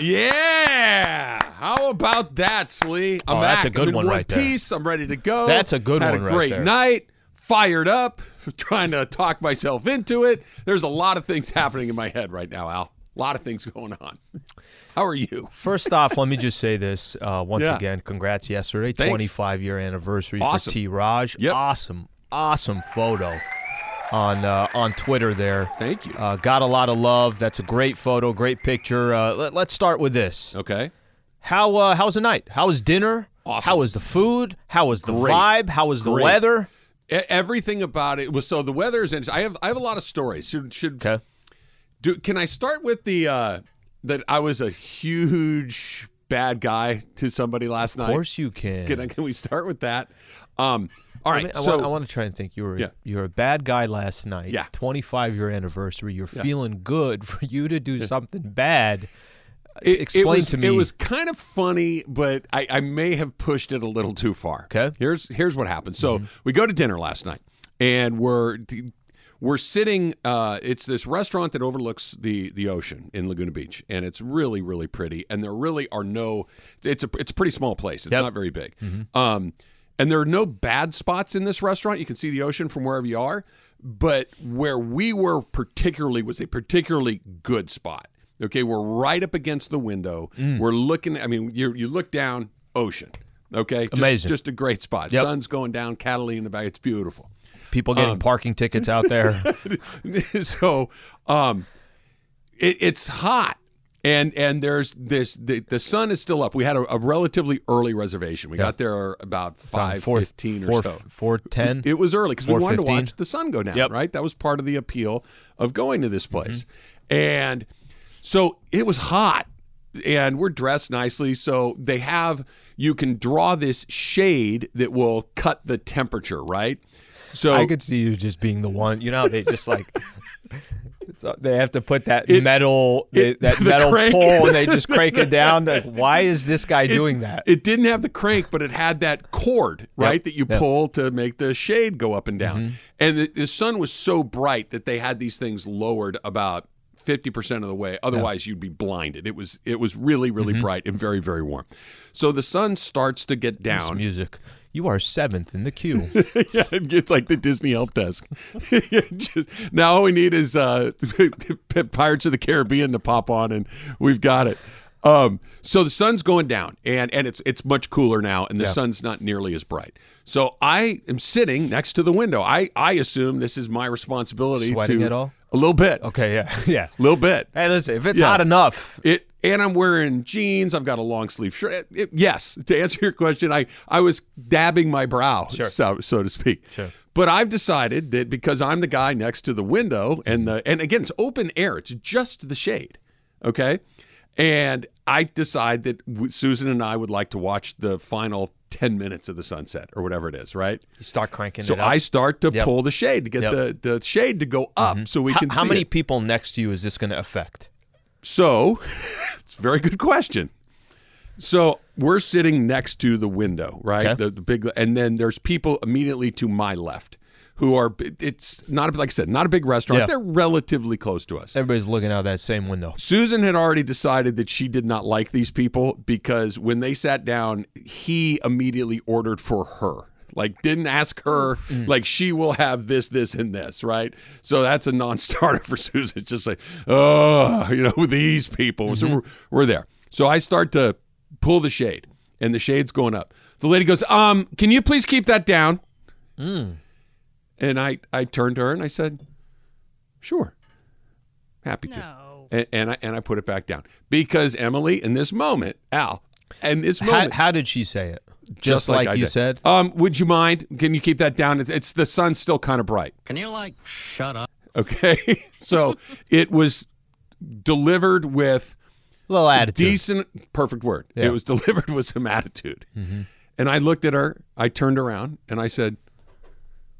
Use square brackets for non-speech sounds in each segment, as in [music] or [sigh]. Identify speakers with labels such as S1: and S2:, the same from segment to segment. S1: Yeah. How about that, Slee? I'm
S2: Oh, that's
S1: back.
S2: a good
S1: I'm in
S2: one right there.
S1: piece. I'm ready to go.
S2: That's a good
S1: Had
S2: one
S1: a
S2: right
S1: great
S2: there.
S1: night. Fired up. [laughs] Trying to talk myself into it. There's a lot of things happening in my head right now, Al. A lot of things going on. [laughs] How are you?
S2: First off, let me just say this uh, once
S1: Yeah.
S2: again. Congrats yesterday,
S1: Thanks.
S2: 25 year anniversary
S1: Awesome.
S2: for T. Raj.
S1: Yep.
S2: Awesome, awesome photo on uh, on Twitter there.
S1: Thank you.
S2: Uh, got a lot of love. That's a great photo, great picture. Uh, let, let's start with this.
S1: Okay.
S2: How uh, how was the night? How was dinner?
S1: Awesome.
S2: How was the food? How was the
S1: Great.
S2: vibe? How was the
S1: Great.
S2: weather?
S1: E- Everything about it was so the weather is. interesting. I have I have a lot of stories. Should should
S2: Okay.
S1: Do, can I start with the uh, that I was a huge bad guy to somebody last
S2: Of
S1: night?
S2: course you can.
S1: Can I, can we start with that? Um, all
S2: I,
S1: right.
S2: mean, I,
S1: so
S2: want, I want to try and think. You were
S1: Yeah.
S2: you were a bad guy last night.
S1: Yeah.
S2: 25 year anniversary. You're feeling good [laughs] for you to do something bad.
S1: it,
S2: explain
S1: it was,
S2: to me-
S1: It was kind of funny, but I, I may have pushed it a little too far.
S2: Okay.
S1: Here's here's what happened. So
S2: Mm-hmm.
S1: we go to dinner last night, and we're we're sitting. Uh, it's this restaurant that overlooks the the ocean in Laguna Beach, and it's really really pretty. And there really are no. It's a it's a pretty small place. It's
S2: Yep. Mm-hmm.
S1: not very big. Um, and there are no bad spots in this restaurant. You can see the ocean from wherever you are. But where we were particularly was a particularly good spot. Okay, we're right up against the window.
S2: Mm.
S1: We're looking. I mean, you you look down, ocean. Okay, Just-
S2: Amazing.
S1: Just, a great spot.
S2: Yep.
S1: Sun's going down. Catalina in the back. It's beautiful. [laughs]
S2: People
S1: Um,
S2: getting parking tickets out there.
S1: so, um, it, it's hot. And, and there's this the, the sun is still up. We had a, a relatively early reservation. We got there about five fifteen or so.
S2: Four ten.
S1: It was early because we wanted to
S2: 4:15.
S1: watch the sun go down,
S2: Yep.
S1: right? That was part of the appeal of going to this place.
S2: Mm-hmm.
S1: And so it was hot and we're dressed nicely. So they have, you can draw this shade that will cut the temperature, right? So
S2: I could see you just being the one. You know, how they
S1: [laughs]
S2: just like. it's, uh, they have to put that metal
S1: it-
S2: that
S1: the
S2: metal
S1: crank.
S2: pole and they just crank it down. Like,
S1: [laughs]
S2: why is this guy doing that?
S1: It didn't have the crank, but it had that cord, right, that you pull to make the shade go up and down. And the, the sun was so bright that they had these things lowered about fifty percent of the way. Otherwise, you'd be blinded. It was it was really really bright and very very warm. So the sun starts to get
S2: This
S1: down.
S2: music. You are seventh in
S1: [laughs]
S2: the queue.
S1: yeah, it's like the Disney help desk. [laughs] Just, now all we need is uh, [laughs] Pirates of the Caribbean to pop on, and we've got it. Um, so the sun's going down, and and it's it's much cooler now, and the sun's not nearly as bright. So I am sitting next to the window. I I assume this is my responsibility.
S2: Sweating
S1: to,
S2: at all?
S1: A little bit. A
S2: Okay, yeah, [laughs] yeah.
S1: little bit.
S2: Hey, listen, if it's
S1: Yeah.
S2: hot enough,
S1: It and I'm wearing jeans. I've got a long sleeve shirt. It- it- yes, to answer your question, I I was dabbing my brow, so so to speak. Sure. But I've decided that because I'm the guy next to the window and the and again it's open air. It's just the shade. Okay. And I decide that w- Susan and I would like to watch the final 10 minutes of the sunset or whatever it is, right?
S2: you start cranking
S1: So
S2: it up.
S1: I start to
S2: Yep.
S1: pull the shade to get
S2: Yep. Mm-hmm.
S1: the, the shade to go up so we
S2: how,
S1: can
S2: how
S1: see
S2: many
S1: it.
S2: people next to you is this going to affect?
S1: So, [laughs] it's a very good question. So, we're sitting next to the window, right?
S2: Okay.
S1: The, the big, and then there's people immediately to my left who are, it's not, like I said, not a big restaurant.
S2: Yeah.
S1: They're relatively close to us.
S2: Everybody's looking out that same window.
S1: Susan had already decided that she did not like these people because when they sat down, he immediately ordered for her. Like, didn't ask her, like, she will have this, this, and this, right? So that's a non starter [laughs] for Susan. It's just like, oh, you know, [laughs] these people. So we're, we're there. So I start to pull the shade, and the shade's going up. The lady goes, um, can you please keep that down? And I, I turned to her and I said, sure, happy to and, and I and I put it back down because Emily, in this moment, Al, in this
S2: How,
S1: moment,
S2: how did she say it? Just,
S1: like
S2: like,
S1: I
S2: you
S1: did.
S2: said.
S1: um, would you mind? Can you keep that down? It's, it's the sun's still kind of bright.
S3: Can you like shut up?
S1: [laughs] Okay, so it was delivered with
S2: little attitude.
S1: decent perfect word
S2: Yeah. Mm-hmm.
S1: it was [laughs] delivered with some attitude and i looked at her i turned around and i said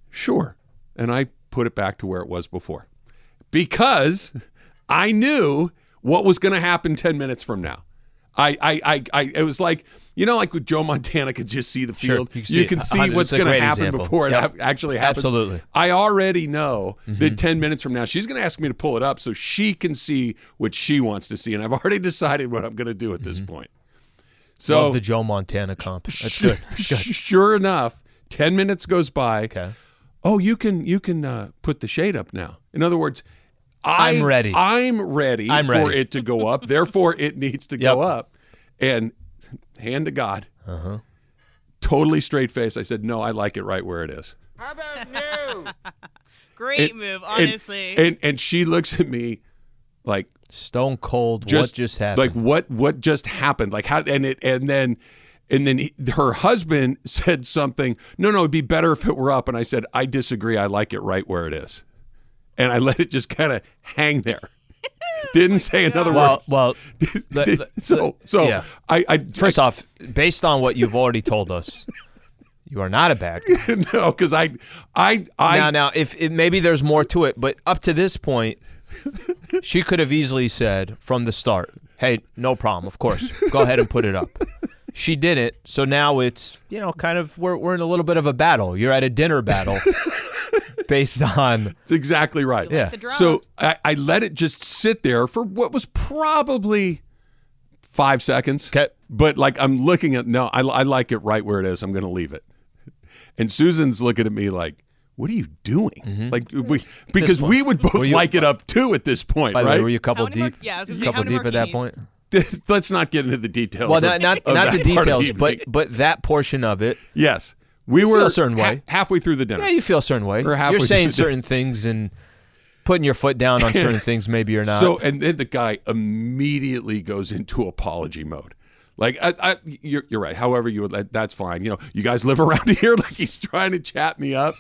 S1: sure and i put it back to where it was before because [laughs] i knew what was going to happen 10 minutes from now I, I, I, I, it was like, you know, like with Joe Montana could just see the
S2: Sure,
S1: field.
S2: you
S1: you
S2: can
S1: can
S2: see
S1: see,
S2: it. A hundred-
S1: what's
S2: it's a
S1: going to
S2: great
S1: happen
S2: example.
S1: before
S2: Yep.
S1: it hap- actually happens.
S2: Absolutely. Mm-hmm.
S1: I already know that 10 minutes from now, she's going to ask me to pull it up so she can see what she wants to see. And I've already [laughs] decided what I'm going to do at this point. So,
S2: Love Mm-hmm. the Joe Montana comp. That's
S1: sure, [laughs]
S2: good. Good.
S1: sure enough, 10 minutes goes by.
S2: Okay.
S1: Oh, you can you can uh, put the shade up now. In other words, I,
S2: I'm ready.
S1: I'm ready
S2: I'm
S1: for
S2: ready.
S1: it to go up. Therefore, it needs to go up. And hand to God,
S2: Uh-huh.
S1: totally straight face, I said, "No, I like it right where it is."
S3: How about no?
S4: Great
S1: And-
S4: move,
S1: and-
S4: honestly.
S1: And, and she looks at me like
S2: Stone cold.
S1: just
S2: what just happened?
S1: Like what what just happened? Like how and it and then and then he, her husband [laughs] said something. No, no, it'd be better if it were up. And I said, I disagree. I like it right where it is. And I [laughs] let it just kind of hang there. Didn't say another
S2: well,
S1: word. [laughs]
S2: well. the-
S1: Did-
S2: the-
S1: so so
S2: yeah.
S1: I, I
S2: First off, based on what you've already told us, you are not a bad guy.
S1: [laughs] no because I I I
S2: now, now, if it, maybe there's more to it, but up to
S1: [laughs]
S2: this point, she could have easily said from the start, "Hey, no problem. Of course, go ahead and put
S1: [laughs]
S2: it up." She didn't, so now it's you know kind of we're we're in a little bit of a battle. You're at a
S1: [laughs]
S2: dinner battle, based on
S1: That's exactly right.
S2: Yeah.
S4: the drop.
S1: So I, I let it just sit there for what was probably five seconds.
S2: Okay.
S1: But like I'm looking at no, I, I like it right where it is. I'm going to leave it. And Susan's looking at me like, "What are you doing?"
S2: Mm-hmm.
S1: Like we, because we would both like it up too at this point,
S2: by the way,
S1: right? [laughs]
S2: were you a couple
S4: How many mar-
S2: deep?
S4: yeah, I was gonna say,
S2: couple
S4: how many
S2: deep at that
S4: martinis?
S2: point.
S1: Let's not get into the details.
S2: Well,
S1: of- [laughs]
S2: not not,
S1: of
S2: not the
S1: that Oh, part of
S2: details, but
S1: evening.
S2: but that portion of
S1: [laughs]
S2: it.
S1: yes, we
S2: a
S1: were
S2: certain way.
S1: halfway through the dinner.
S2: Yeah, you feel a certain way.
S1: Or
S2: You're
S1: halfway through
S2: saying
S1: the-
S2: certain things and putting your foot down
S1: [laughs]
S2: on certain things. Maybe you're not.
S1: So and then the guy immediately goes into apology mode. Like I, I you're, you're right. However, you would let- that's fine. You know, you guys live [laughs] around here. Like he's trying to chat me up,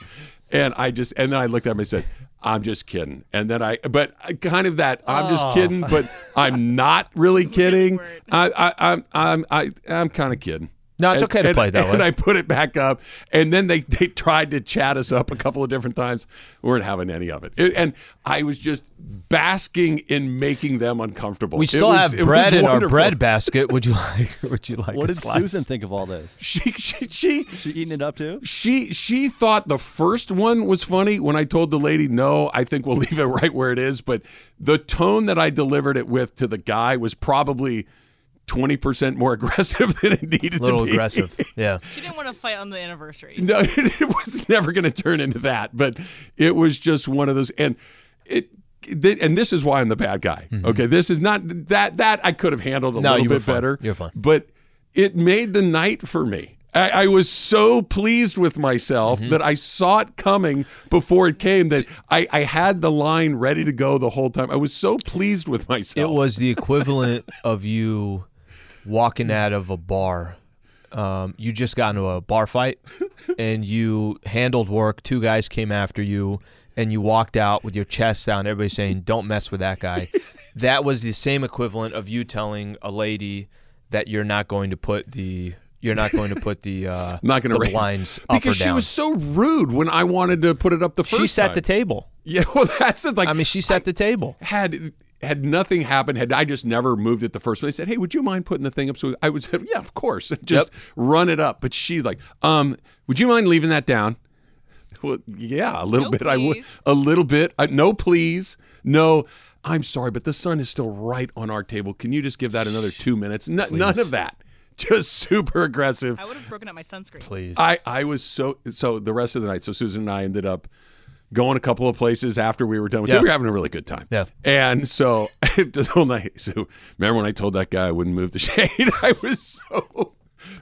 S1: and I just and then I looked at him and said, "I'm just kidding." And then I, but I- kind of that I'm just kidding, but I'm not
S2: [laughs]
S1: really kidding. I, I, I'm, I'm, I, I'm kind of kidding.
S2: No, it's
S1: And-
S2: okay to
S1: and-
S2: play that
S1: And
S2: way.
S1: I [laughs] put it back up, and then they, they tried to chat us up a couple of different times. We weren't having any of it, It- and I was just basking in making them uncomfortable.
S2: We
S1: It
S2: still
S1: was- it was
S2: have bread in our
S1: wonderful.
S2: bread basket. Would you [laughs] like? Would you like?
S5: What
S2: a
S5: did
S2: slice?
S5: Susan think of all this?
S1: She, she, she,
S5: She eating it up too?
S1: she, she thought the first one was funny when I told the lady, "No, I think we'll [laughs] leave it right where it is." But the tone that I delivered it with to the guy was probably twenty percent more [laughs] aggressive than it needed
S2: A little
S1: to be.
S2: aggressive. [laughs] Yeah.
S4: she didn't want to fight on the anniversary.
S1: No, [laughs] it was never going to turn into that, but it was just one of those. And it, th- and this is why I'm the bad guy. Okay, this is not that that I could have handled a
S2: Mm-hmm. No,
S1: little
S2: you were
S1: bit
S2: fine.
S1: better.
S2: You're fine.
S1: but it made the night for me. I, I was so pleased with myself
S2: Mm-hmm.
S1: that I saw it coming before it came. That I, I had the line ready to go the whole time. I was so pleased with myself.
S2: It was the equivalent of you walking out of a bar. Um, you just got into a bar fight, and you handled work. Two guys came after you, and you walked out with your chest down. Everybody saying, "Don't mess with that [laughs] guy." that was the same equivalent of you telling a lady that you're not going to put the you're not going to put the [laughs] uh,
S1: not going to
S2: the
S1: raise
S2: blinds up
S1: because
S2: or
S1: she
S2: down.
S1: was so rude when I wanted to put it up the first.
S2: she set
S1: time.
S2: the table.
S1: [laughs] yeah. Well, that's it. Like
S2: I mean, she set the table.
S1: had had nothing happened, had I just never moved it the first place, said, "Hey, would you mind putting the thing up?" So I would say, "Yeah, of course." [laughs] And just run it up. But she's like, "Um, would you mind leaving that down?" [laughs] Well, yeah, a little
S4: No,
S1: bit. I would.
S4: please.
S1: A little bit. I, no, please. No. I'm sorry, but the sun is still right on our table. Can you just give that another two minutes? N- none of that. Just super aggressive.
S4: I would have broken up my sunscreen.
S2: Please.
S1: I, I was so so the rest of the night. So Susan and I ended up going a couple of places after we were done with
S2: Yeah.
S1: it. We were having a really good time.
S2: Yeah.
S1: And so [laughs] the whole night. So remember when I told that guy I wouldn't move the [laughs] shade? I was so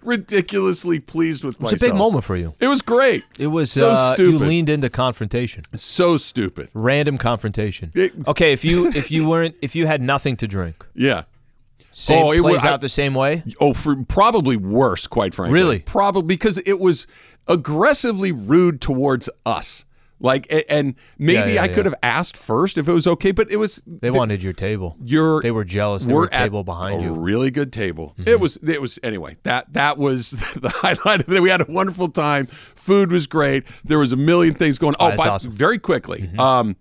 S1: ridiculously pleased with
S2: It's
S1: myself.
S2: a big moment for you.
S1: It was great.
S2: It was
S1: so
S2: uh, you
S1: stupid.
S2: leaned into confrontation,
S1: so stupid.
S2: random confrontation.
S1: It-
S2: okay, if you if you weren't if you had nothing to drink,
S1: Yeah.
S2: same
S1: Oh, it
S2: plays
S1: wa- I-
S2: out the same way.
S1: Oh, for probably worse, quite frankly.
S2: Really?
S1: Probably because it was aggressively rude towards us. Like, a- and maybe
S2: yeah,
S1: I
S2: yeah.
S1: could have asked first if it was okay, but it was
S2: They wanted your table.
S1: your
S2: They were jealous. They were table behind
S1: a
S2: you. Mm-hmm.
S1: really good table. It was it was anyway. That that was [laughs] the highlight of it. We had a wonderful time. Food was great. There was a million things going. Oh,
S2: Ah, that's
S1: by,
S2: awesome. Mm-hmm.
S1: very quickly. Um,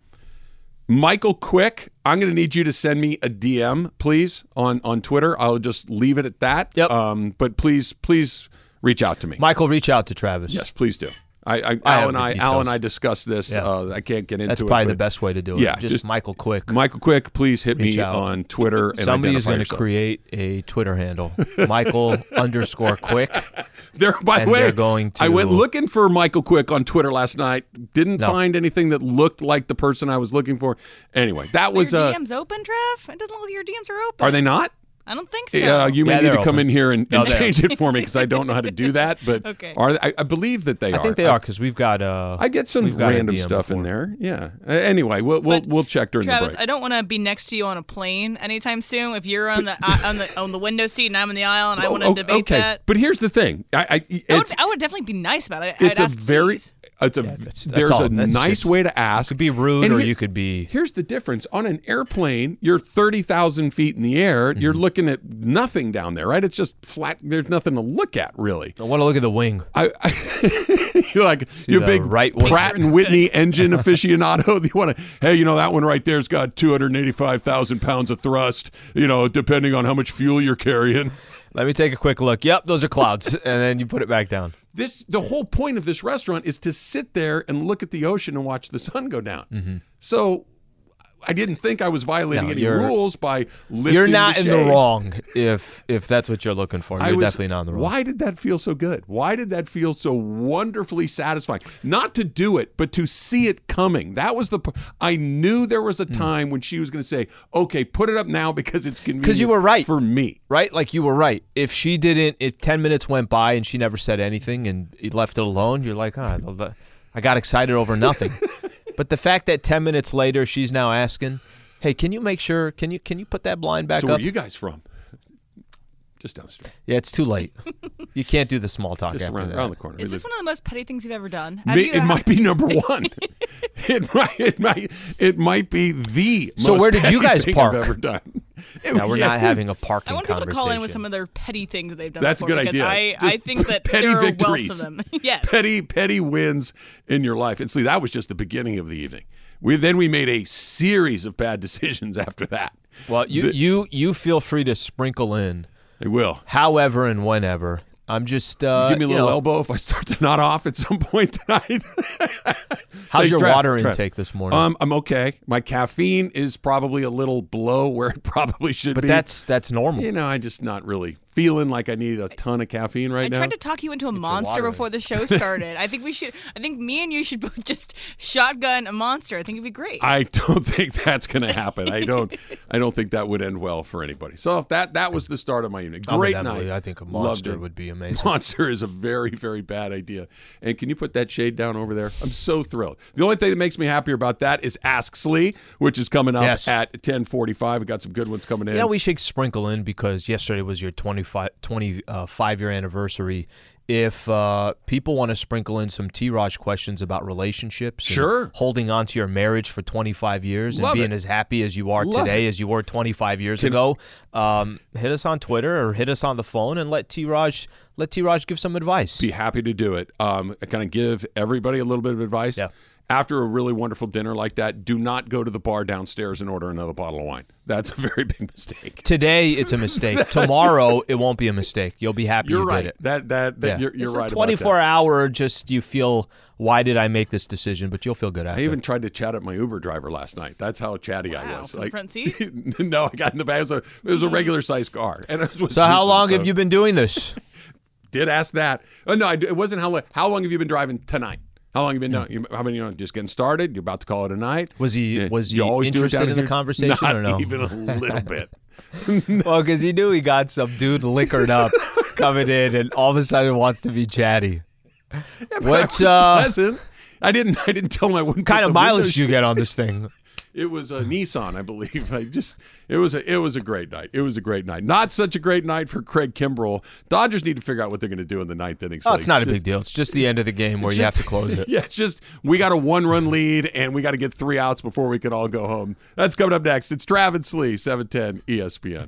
S1: Michael Quick, I'm going to need you to send me a DM, please, on on Twitter. I'll just leave it at that.
S2: Yep.
S1: Um, but please, please reach out to me.
S2: Michael, reach out to Travis.
S1: yes, please do. I, I,
S2: I
S1: Al
S2: have
S1: and
S2: the
S1: I, Al
S2: details.
S1: and I discussed this.
S2: Yeah.
S1: Uh, I can't get into
S2: That's
S1: it.
S2: probably the
S1: but
S2: best way to do it.
S1: Yeah,
S2: just,
S1: just-
S2: Michael Quick.
S1: Michael Quick, please hit
S2: Reach
S1: me
S2: out.
S1: on Twitter. And
S2: Somebody is
S1: identify
S2: going to
S1: yourself.
S2: create a
S1: [laughs]
S2: Twitter handle, Michael underscore Quick.
S1: They're by the
S2: And
S1: way
S2: they're going to-
S1: I went looking for Michael Quick on Twitter last night. Didn't
S2: No.
S1: find anything that looked like the person I was looking for. Anyway, that was
S4: your
S1: uh
S4: DMs open, Trev? It doesn't look like your DMs are open.
S1: are they not?
S4: I don't think so.
S1: Yeah, you may
S2: Yeah,
S1: need to
S2: they're
S1: come
S2: open.
S1: in here and,
S2: No,
S1: and
S2: they're
S1: change it for me because I don't know how to
S4: [laughs]
S1: do that. But
S4: Okay.
S1: are they, I, I believe that they
S2: I
S1: are.
S2: think they are because we've got. Uh,
S1: I get some
S2: we've got a
S1: random
S2: DM
S1: stuff in
S2: before.
S1: there. Yeah. Uh, anyway, we'll we'll,
S4: But,
S1: we'll check during
S4: Travis,
S1: the
S4: I
S1: break.
S4: don't want to be next to you on a plane anytime soon. If you're on the I- on the on the window seat and I'm in the aisle and I want to
S1: Oh,
S4: debate
S1: okay,
S4: that,
S1: but here's the thing. I, I
S4: I would,
S1: it's
S4: I would definitely be nice about it.
S1: it's
S4: I'd
S1: a
S4: ask,
S1: very
S4: please.
S1: it's a
S2: that's- that's
S1: there's
S2: all.
S1: a
S2: That's
S1: nice
S2: just-
S1: way to ask.
S2: Could be rude,
S1: And
S2: or
S1: here-
S2: you could be.
S1: Here's the difference. On an airplane, you're 30,000 feet in the air.
S2: Mm-hmm.
S1: You're looking at nothing down there, right? It's just flat. There's nothing to look at, really.
S2: I want to look at the wing.
S1: I, I, [laughs] you're like, you're a
S2: the
S1: big
S2: right wing.
S1: Pratt
S2: [laughs]
S1: and Whitney engine aficionado. [laughs] You want to, hey, you know, that one right there's got 285,000 pounds of thrust, you know, depending on how much fuel you're carrying.
S2: Let me take a quick look. Yep, those
S1: [laughs]
S2: are clouds, and then you put it back down.
S1: This, the whole point of this restaurant is to sit there and look at the ocean and watch the sun go down. So, I didn't think I was violating
S2: Mm-hmm. No,
S1: any
S2: you're-
S1: rules by lifting
S2: You're not in the
S1: shade.
S2: wrong
S1: [laughs]
S2: if if that's what you're looking for. You're
S1: I was-
S2: definitely not in the wrong.
S1: Why did that feel so good? Why did that feel so wonderfully satisfying? Not to do it, but to see it coming. That was the. p- I knew there was a
S2: Hmm.
S1: time when she was going to say, "Okay, put it up now because it's convenient."
S2: you were right.
S1: for me.
S2: Right? Like you were right. If she didn't, if 10 minutes went by and she never said anything and you left it alone, you're like, ah, the- the- I got excited
S1: [laughs]
S2: over nothing. but the fact that 10 minutes later she's now asking, hey, can you make sure, can you can you put that blind back
S1: So where
S2: up?
S1: are you guys from? Just down the street,
S2: yeah, it's
S1: [laughs]
S2: too late. you can't do the small talk
S1: just
S2: after
S1: around,
S2: that.
S1: around the corner. We
S4: Is this
S1: live-
S4: one of the most petty things you've ever done? Have
S1: May-
S4: you-
S1: it
S4: [laughs]
S1: might be number one. it might. It might. It might be the.
S2: So
S1: most
S2: where did you
S1: petty
S2: guys
S1: thing
S2: park?
S1: I've ever done? It-
S2: [laughs] Now
S1: [laughs]
S2: we're
S1: yeah.
S2: not having a parking
S4: I want people
S2: conversation.
S4: to call in with some of their petty things that they've done.
S1: That's a
S4: before,
S1: good
S4: because
S1: idea.
S4: I, I
S1: Just
S4: think that
S1: petty
S4: there are wealth
S1: victories.
S4: of them. [laughs] yes.
S1: petty petty wins in your life. And see, that was just the beginning of the evening. We then we made a series of bad [laughs] decisions after that.
S2: well, you, you, you feel free to sprinkle in
S1: They will.
S2: however and whenever. I'm just uh,
S1: Give me a
S2: you
S1: little
S2: know,
S1: elbow if I start to nod off at some [laughs] point
S2: [laughs]
S1: tonight.
S2: How's
S1: Hey,
S2: your
S1: Trev,
S2: water
S1: Trev.
S2: intake this morning?
S1: um, I'm okay. My caffeine is probably a little below where it probably should
S2: but
S1: be.
S2: that's that's normal.
S1: you know, I just not really feeling like I need a ton of caffeine right
S4: I
S1: now.
S4: tried to talk you into a monster
S2: water in.
S4: before
S1: [laughs]
S4: the show started. I think we should. I think me and you should [laughs] both just shotgun a monster. I think it'd be great.
S1: I [laughs] don't think that's going to happen. I don't. I don't think that would end well for anybody. So that that was the start of my evening.
S2: Other
S1: Great
S2: than that,
S1: night.
S2: I think a
S1: Loved
S2: monster
S1: it. [laughs]
S2: would be amazing.
S1: Monster is a very very bad idea. And can you put that shade down over there? I'm so thrilled. The only thing that makes me happier about that is Ask Slee, which is coming up
S2: Yes.
S1: at 10:45. We got some good ones coming in.
S2: Yeah, we should sprinkle in because yesterday was your 25, 25 year anniversary. If uh, people want to sprinkle in some T Raj questions about relationships, and
S1: Sure.
S2: holding on to your marriage for 25 years
S1: Love
S2: and being
S1: it.
S2: as happy as you are
S1: Love
S2: today as you were 25 years ago, um, hit us on Twitter or hit us on the phone and let T Raj let T Raj give some advice.
S1: be happy to do it. Um, kind of give everybody a little bit of advice.
S2: Yeah.
S1: After a really wonderful dinner like that, do not go to the bar downstairs and order another bottle of wine. That's a very big mistake.
S2: Today it's
S1: [laughs]
S2: a mistake. Tomorrow it won't be a mistake. You'll be happy
S1: You're
S2: you
S1: right.
S2: did it.
S1: That that, that you're, you're right.
S2: it's A
S1: about that.
S2: 24 hour, just you feel, why did I make this decision? But you'll feel good after.
S1: I even tried to chat at my Uber driver last night. That's how chatty I was.
S4: from the front
S1: [laughs]
S4: seat?
S1: no, I got in the back. It was a, it was a regular size car, and it was
S2: so how
S1: Susan,
S2: long
S1: so
S2: have you been
S1: [laughs]
S2: doing this?
S1: Did ask that? Oh no, I, it wasn't how. lo- How long have you been driving tonight? How long have you been? doing- you- How many? You know, just getting started. You're about to call it a night.
S2: Was he
S1: Yeah,
S2: was he
S1: you always do it
S2: interested
S1: down
S2: in the
S1: here?
S2: conversation
S1: Not
S2: or no?
S1: even a little bit.
S2: [laughs] Well, because he knew he got some dude
S1: [laughs]
S2: liquored up coming in, and all of a sudden wants to be chatty.
S1: Yeah, but I
S2: What
S1: was
S2: uh,
S1: pleasant. I didn't. I didn't tell him I wouldn't. put
S2: kind of
S1: the
S2: mileage
S1: windows- [laughs]
S2: do you get on this thing?
S1: It was a Nissan, I believe. [laughs] I just it was a it was a great night. It was a great night. Not such a great night for Craig Kimbrell. Dodgers need to figure out what they're going to do in the ninth inning.
S2: Oh, it's
S1: Sully.
S2: not a
S1: Just-
S2: big deal. It's just the end of the game where you have to close
S1: [laughs]
S2: it.
S1: Yeah, it's just we got a one run lead and we got to get three outs before we can all go home. That's coming up next. It's Travis Lee, E 710 ESPN.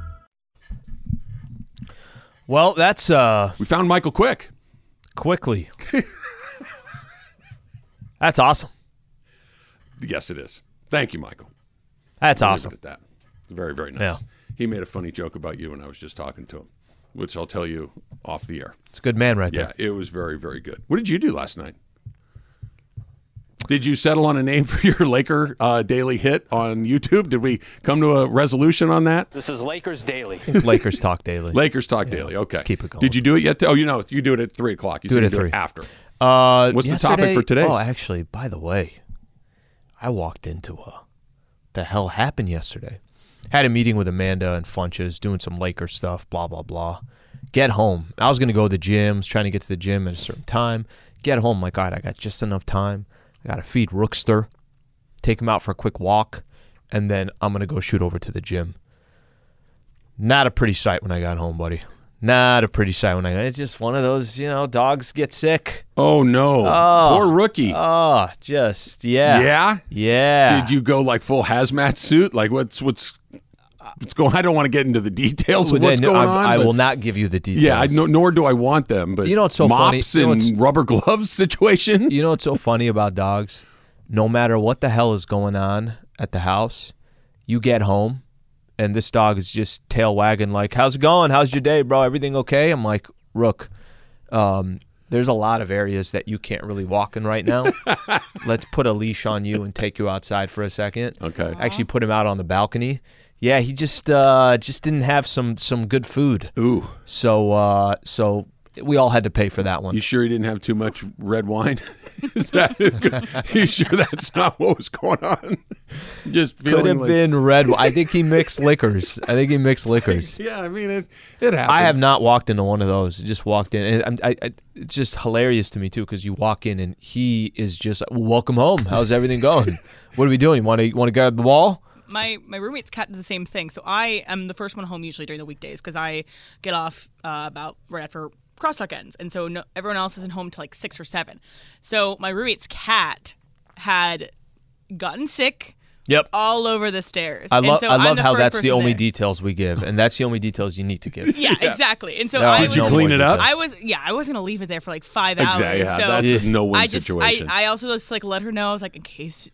S2: Well, that's uh
S1: We found Michael Quick.
S2: quickly.
S1: [laughs]
S2: that's awesome.
S1: Yes, it is. Thank you, Michael.
S2: That's
S1: Leave it
S2: awesome.
S1: At that, it's very very nice.
S2: Yeah.
S1: He made a funny joke about you when I was just talking to him, which I'll tell you off the air.
S2: It's a good man right
S1: Yeah,
S2: there.
S1: it was very very good. What did you do last night? Did you settle on a name [laughs] for your Laker uh, daily hit on YouTube? Did we come to a resolution on that?
S6: This is Lakers Daily.
S2: Lakers talk daily.
S1: Lakers talk daily. Okay,
S2: keep it going.
S1: Did you do it yet? oh, you know, you do it at three o'clock. You
S2: Do
S1: said
S2: it
S1: you
S2: at
S1: do
S2: three.
S1: after.
S2: Uh,
S1: What's the topic for
S2: yesterday-
S1: today's?
S2: Oh, actually, by the way, I walked into a. The hell happened yesterday? Had a meeting with Amanda and Funches, doing some Lakers stuff, blah blah blah. Get home. I was gonna go to the gym. was trying to get to the gym at a certain time. Get home. Like, all right, I got just enough time. I gotta feed Rookster, take him out for a quick walk, and then I'm gonna go shoot over to the gym. Not a pretty sight when I got home, buddy. Not a pretty sight when I. It's just one of those, you know, dogs get sick.
S1: Oh no, poor rookie.
S2: Oh, just yeah.
S1: yeah.
S2: Yeah.
S1: Did you go like full hazmat suit? Like what's what's what's going? I don't want to get into the details of
S2: Well,
S1: what's
S2: then
S1: going
S2: I,
S1: on.
S2: I
S1: but-
S2: will not give you the details.
S1: Yeah, I, no, nor do I want them. But
S2: You know what's so funny?
S1: mops
S2: You know
S1: and
S2: what's-
S1: rubber [laughs] gloves [laughs] situation.
S2: You know what's so funny about dogs? No matter what the hell is going on at the house, you get home and this dog is just tail wagging like, "How's it going? How's your day, bro? Everything okay?" I'm like, "Rook, um, there's a lot of areas that you can't really walk in
S1: [laughs]
S2: right now. Let's put a leash on you and take you outside for a second.
S1: Okay.
S2: Actually, put him out on the balcony. Yeah, he just uh, just didn't have some some good food.
S1: Ooh,
S2: So uh, so we all had to pay for that one.
S1: you sure you didn't have too much red wine? [laughs] Is that? you sure that's not what was going on? [laughs] Just feeling
S2: Could have
S1: like-
S2: been red. wi- I think he mixed liquors. I think he mixed liquors.
S1: Yeah, I mean it. It happens.
S2: [laughs] I have not walked into one of those. Just walked in, and I'm, I, I, it's just hilarious to me too because you walk in and he is just "Well, welcome home. How's everything [laughs] going? what are we doing? You want to you want to grab the ball?
S4: my my roommate's cat did the same thing. So I am the first one home usually during the weekdays because I get off uh, about right after crosstalk ends, and so no, everyone else isn't home till like six or seven. So my roommate's cat had gotten sick
S2: Yep.
S4: all over the stairs.
S2: I
S4: And
S2: love
S4: so
S2: I
S4: I'm
S2: love
S4: the
S2: how
S4: first
S2: that's the
S4: person
S2: only
S4: there.
S2: details we give, and that's the only details you need to
S4: [laughs]
S2: give.
S4: Yeah, exactly. And so
S2: No,
S4: I
S2: no
S4: was
S1: you
S2: more
S1: clean it up?
S2: details.
S4: I was yeah, I was gonna leave it there for like five
S1: Exactly,
S4: hours.
S1: yeah,
S4: so
S1: that's a no-win
S4: I just,
S1: situation.
S4: I, I also just like let her know. I was like, in case.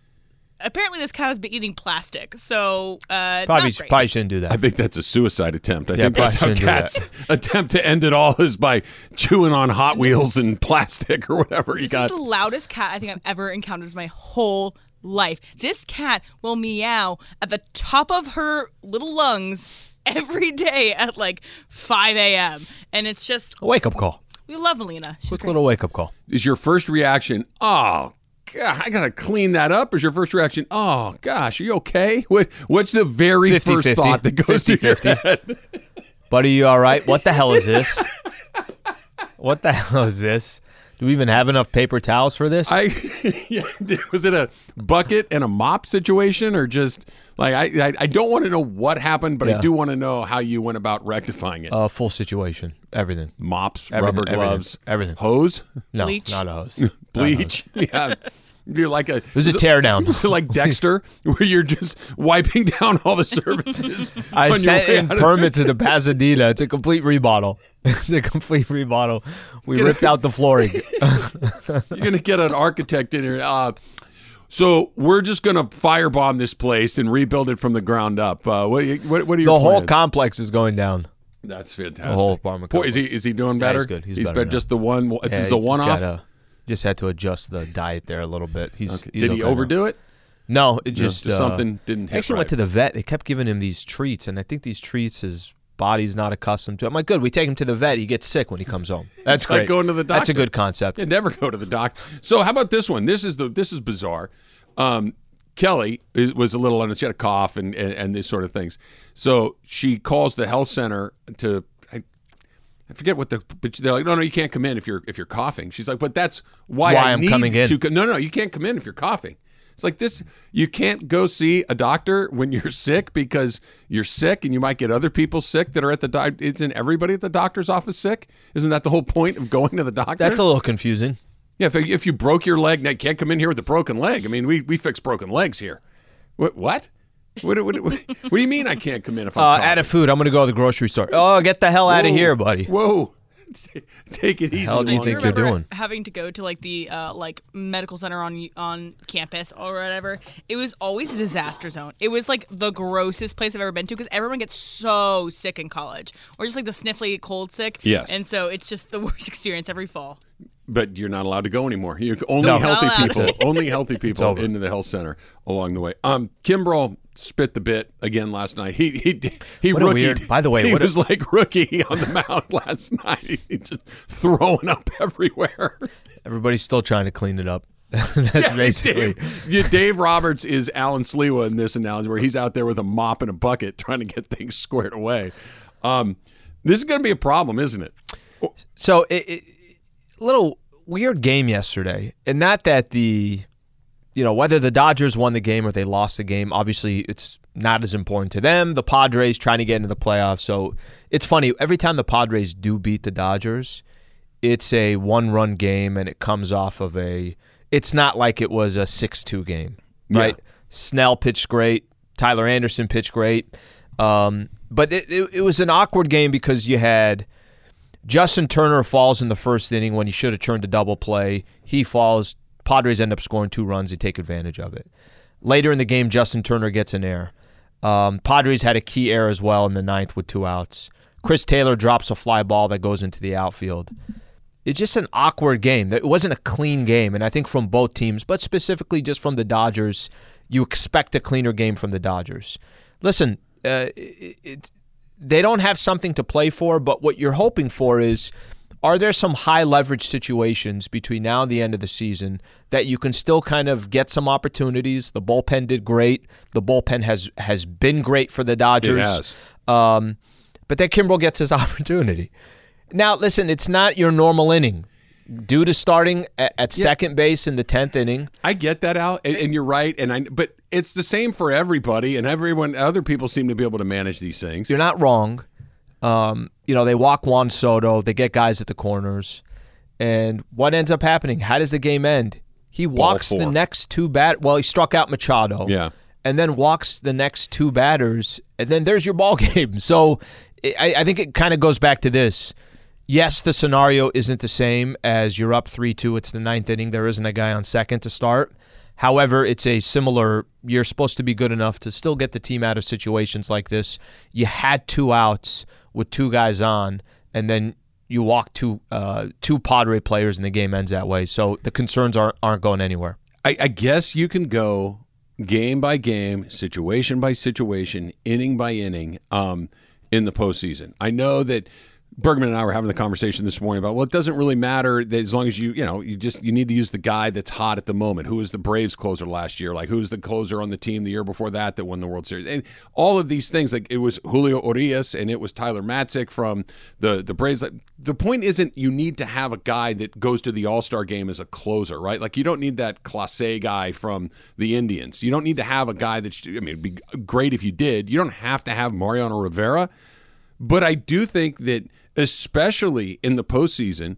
S4: Apparently, this cat has been eating plastic, so uh,
S2: Probably
S4: not great.
S2: probably shouldn't do that.
S1: I think that's a suicide attempt. I
S2: Yeah,
S1: think
S2: probably
S1: that's how
S2: shouldn't do
S1: cats [laughs] attempt to end it all is by chewing on Hot Wheels and plastic or whatever you
S4: This
S1: got.
S4: is the loudest cat I think I've ever encountered in my whole life. This cat will meow at the top of her little lungs [laughs] every day at like 5 a.m. And it's just,
S2: A wake up call.
S4: we love Melina. She's
S2: Quick
S4: great.
S2: little wake up call.
S1: is your first reaction, oh, God, I gotta clean that up? Is your first reaction, oh gosh, are you okay? What What's the very
S2: 50,
S1: first thought that goes to your
S2: 50. Buddy, you all right? What the hell is this? what the hell is this? Do we even have enough paper towels for
S1: [laughs]
S2: this?
S1: I [laughs] yeah, was it a bucket and a mop situation, or just like I I, I don't want to know what happened, but I
S2: Yeah.
S1: do want to know how you went about rectifying it.
S2: uh, full situation, everything.
S1: Mops,
S2: everything,
S1: rubber
S2: everything,
S1: gloves,
S2: everything.
S1: hose,
S2: No,
S4: Bleach.
S2: not
S1: [laughs]
S2: a hose. Not a hose.
S1: bleach. yeah, you're like a. [laughs]
S2: It was a teardown.
S1: was it like Dexter, [laughs] where you're just wiping down all the surfaces?
S2: [laughs] I
S1: on your
S2: sent
S1: way
S2: in
S1: out of-
S2: permits to Pasadena. It's a complete remodel. [laughs] it's a complete remodel. We ripped out
S1: [laughs]
S2: the flooring.
S1: You're gonna get an architect in here. Uh, so we're just gonna firebomb this place and rebuild it from the ground up. Uh, what, what, what are your
S2: the whole
S1: plans?
S2: complex is going down.
S1: That's fantastic.
S2: whole apartment
S1: Boy, is he
S2: complex.
S1: is he doing
S2: Yeah,
S1: better?
S2: he's good. He's
S1: he's
S2: better
S1: been
S2: now.
S1: just the one. It's
S2: Yeah,
S1: just
S2: you
S1: a one
S2: just
S1: off.
S2: gotta- Just had to adjust the diet there a little bit. He's, he's
S1: Did
S2: okay
S1: he
S2: now.
S1: overdo it?
S2: No, it just,
S1: just
S2: uh,
S1: something didn't hit
S2: Actually,
S1: right.
S2: went to the vet. They kept giving him these treats, and I think these treats his body's not accustomed to. I'm like, good. We take him to the vet. He gets sick when he
S1: [laughs]
S2: comes home. That's
S1: like
S2: great.
S1: going to the
S2: That's
S1: doctor.
S2: a good concept.
S1: Yeah, never go to the doc. So how about this one? This is the this is bizarre. Um, Kelly is- was a little, and she had a cough and, and and these sort of things. So she calls the health center to. I, I forget what the, but they're like, no, no, you can't come in if you're if you're coughing. She's like, but that's why,
S2: Why
S1: I
S2: I'm
S1: need
S2: coming in.
S1: To, co- no, no, you can't come in if you're coughing. It's like this: you can't go see a doctor when you're sick because you're sick, and you might get other people sick that are at the doc. Isn't everybody at the doctor's office sick? Isn't that the whole point of going to the doctor?
S2: That's a little confusing.
S1: Yeah, if, if you broke your leg, now you can't come in here with a broken leg. I mean, we, we fix broken legs here. What? What? What, what, what, what do you mean I can't come in if I'm
S2: Uh,
S1: coughing?
S2: out of food. I'm gonna go to the grocery store. Oh, get the hell out of
S1: Whoa.
S2: here, buddy.
S1: Whoa, [laughs] take it easy.
S2: hell do you
S1: Lonnie.
S2: think you're
S4: remember
S2: doing?
S4: having to go to like the uh, like medical center on on campus or whatever. It was always a disaster zone. It was like the grossest place I've ever been to because everyone gets so sick in college or just like the sniffly cold sick.
S1: Yes.
S4: and so it's just the [laughs] worst experience every fall.
S1: But you're not allowed to go anymore. You only
S2: No.
S1: healthy
S4: Not allowed.
S1: people, only healthy people into the health center along the way. Um, Kimbrel spit the bit again last night. He he he
S2: What a
S1: rookied.
S2: weird- by the way,
S1: he
S2: what a-
S1: was like rookie on the [laughs] mound last night. He just throwing up [laughs] everywhere.
S2: Everybody's still trying to clean it up. [laughs] That's
S1: [laughs]
S2: basically.
S1: Dave, yeah, Dave Roberts is Alan Slewa in this analogy, where he's out there with a mop and a bucket [laughs] trying to get things squared away. Um, this is going to be a problem, isn't it?
S2: So, it, it, little weird game yesterday, and not that the, you know, whether the Dodgers won the game or they lost the game. Obviously, it's not as important to them. The Padres trying to get into the playoffs, so it's funny every time the Padres do beat the Dodgers, it's a one-run game, and it comes off of a. It's not like it was a six-two game, right? Snell pitched great. Tyler Anderson pitched great. Um, but it, it, it was an awkward game because you had Justin Turner falls in the first inning when he should have turned to double play. He falls. Padres end up scoring two runs. They take advantage of it. Later in the game, Justin Turner gets an error. Um, Padres had a key error as well in the ninth with two outs. Chris Taylor drops a fly ball that goes into the outfield. It's just an awkward game. It wasn't a clean game, and I think from both teams, but specifically just from the Dodgers, you expect a cleaner game from the Dodgers. Listen, uh, it, it, they don't have something to play for, but what you're hoping for is are there some high leverage situations between now and the end of the season that you can still kind of get some opportunities? The bullpen did great. The bullpen has has been great for the Dodgers.
S1: has.
S2: Um, but then Kimbrell gets his [laughs] opportunity. Now, listen, it's not your normal inning. Due to starting at, at second base in the 10th inning,
S1: I get that, Al, and, and you're right. And I, but it's the same for everybody, and everyone. Other people seem to be able to manage these things.
S2: you're not wrong. Um, you know, they walk Juan Soto, they get guys at the corners. And what ends up happening? How does the game end? He walks the
S1: four.
S2: next two bat. Well, he struck out Machado.
S1: Yeah.
S2: And then walks the next two batters, and then there's your ball [laughs] game. So I, I think it kind of goes back to this. Yes, the scenario isn't the same as you're up 3 2. It's the ninth inning. There isn't a guy on second to start. However, it's a similar, you're supposed to be good enough to still get the team out of situations like this. You had two outs with two guys on, and then you walk two, uh, two Padre players, and the game ends that way. So the concerns aren't, aren't going anywhere.
S1: I, I guess you can go game by game, situation by situation, inning by inning um, in the postseason. I know that Bergman and I were having the conversation this morning about well, it doesn't really matter that as long as you you know you just you need to use the guy that's hot at the moment. Who was the Braves closer last year? Like who was the closer on the team the year before that that won the World Series? And all of these things like it was Julio Urias and it was Tyler Matzik from the the Braves. Like, the point isn't you need to have a guy that goes to the All Star game as a closer, right? Like you don't need that classe guy from the Indians. You don't need to have a guy that's. I mean, it'd be great if you did. You don't have to have Mariano Rivera. But I do think that, especially in the postseason,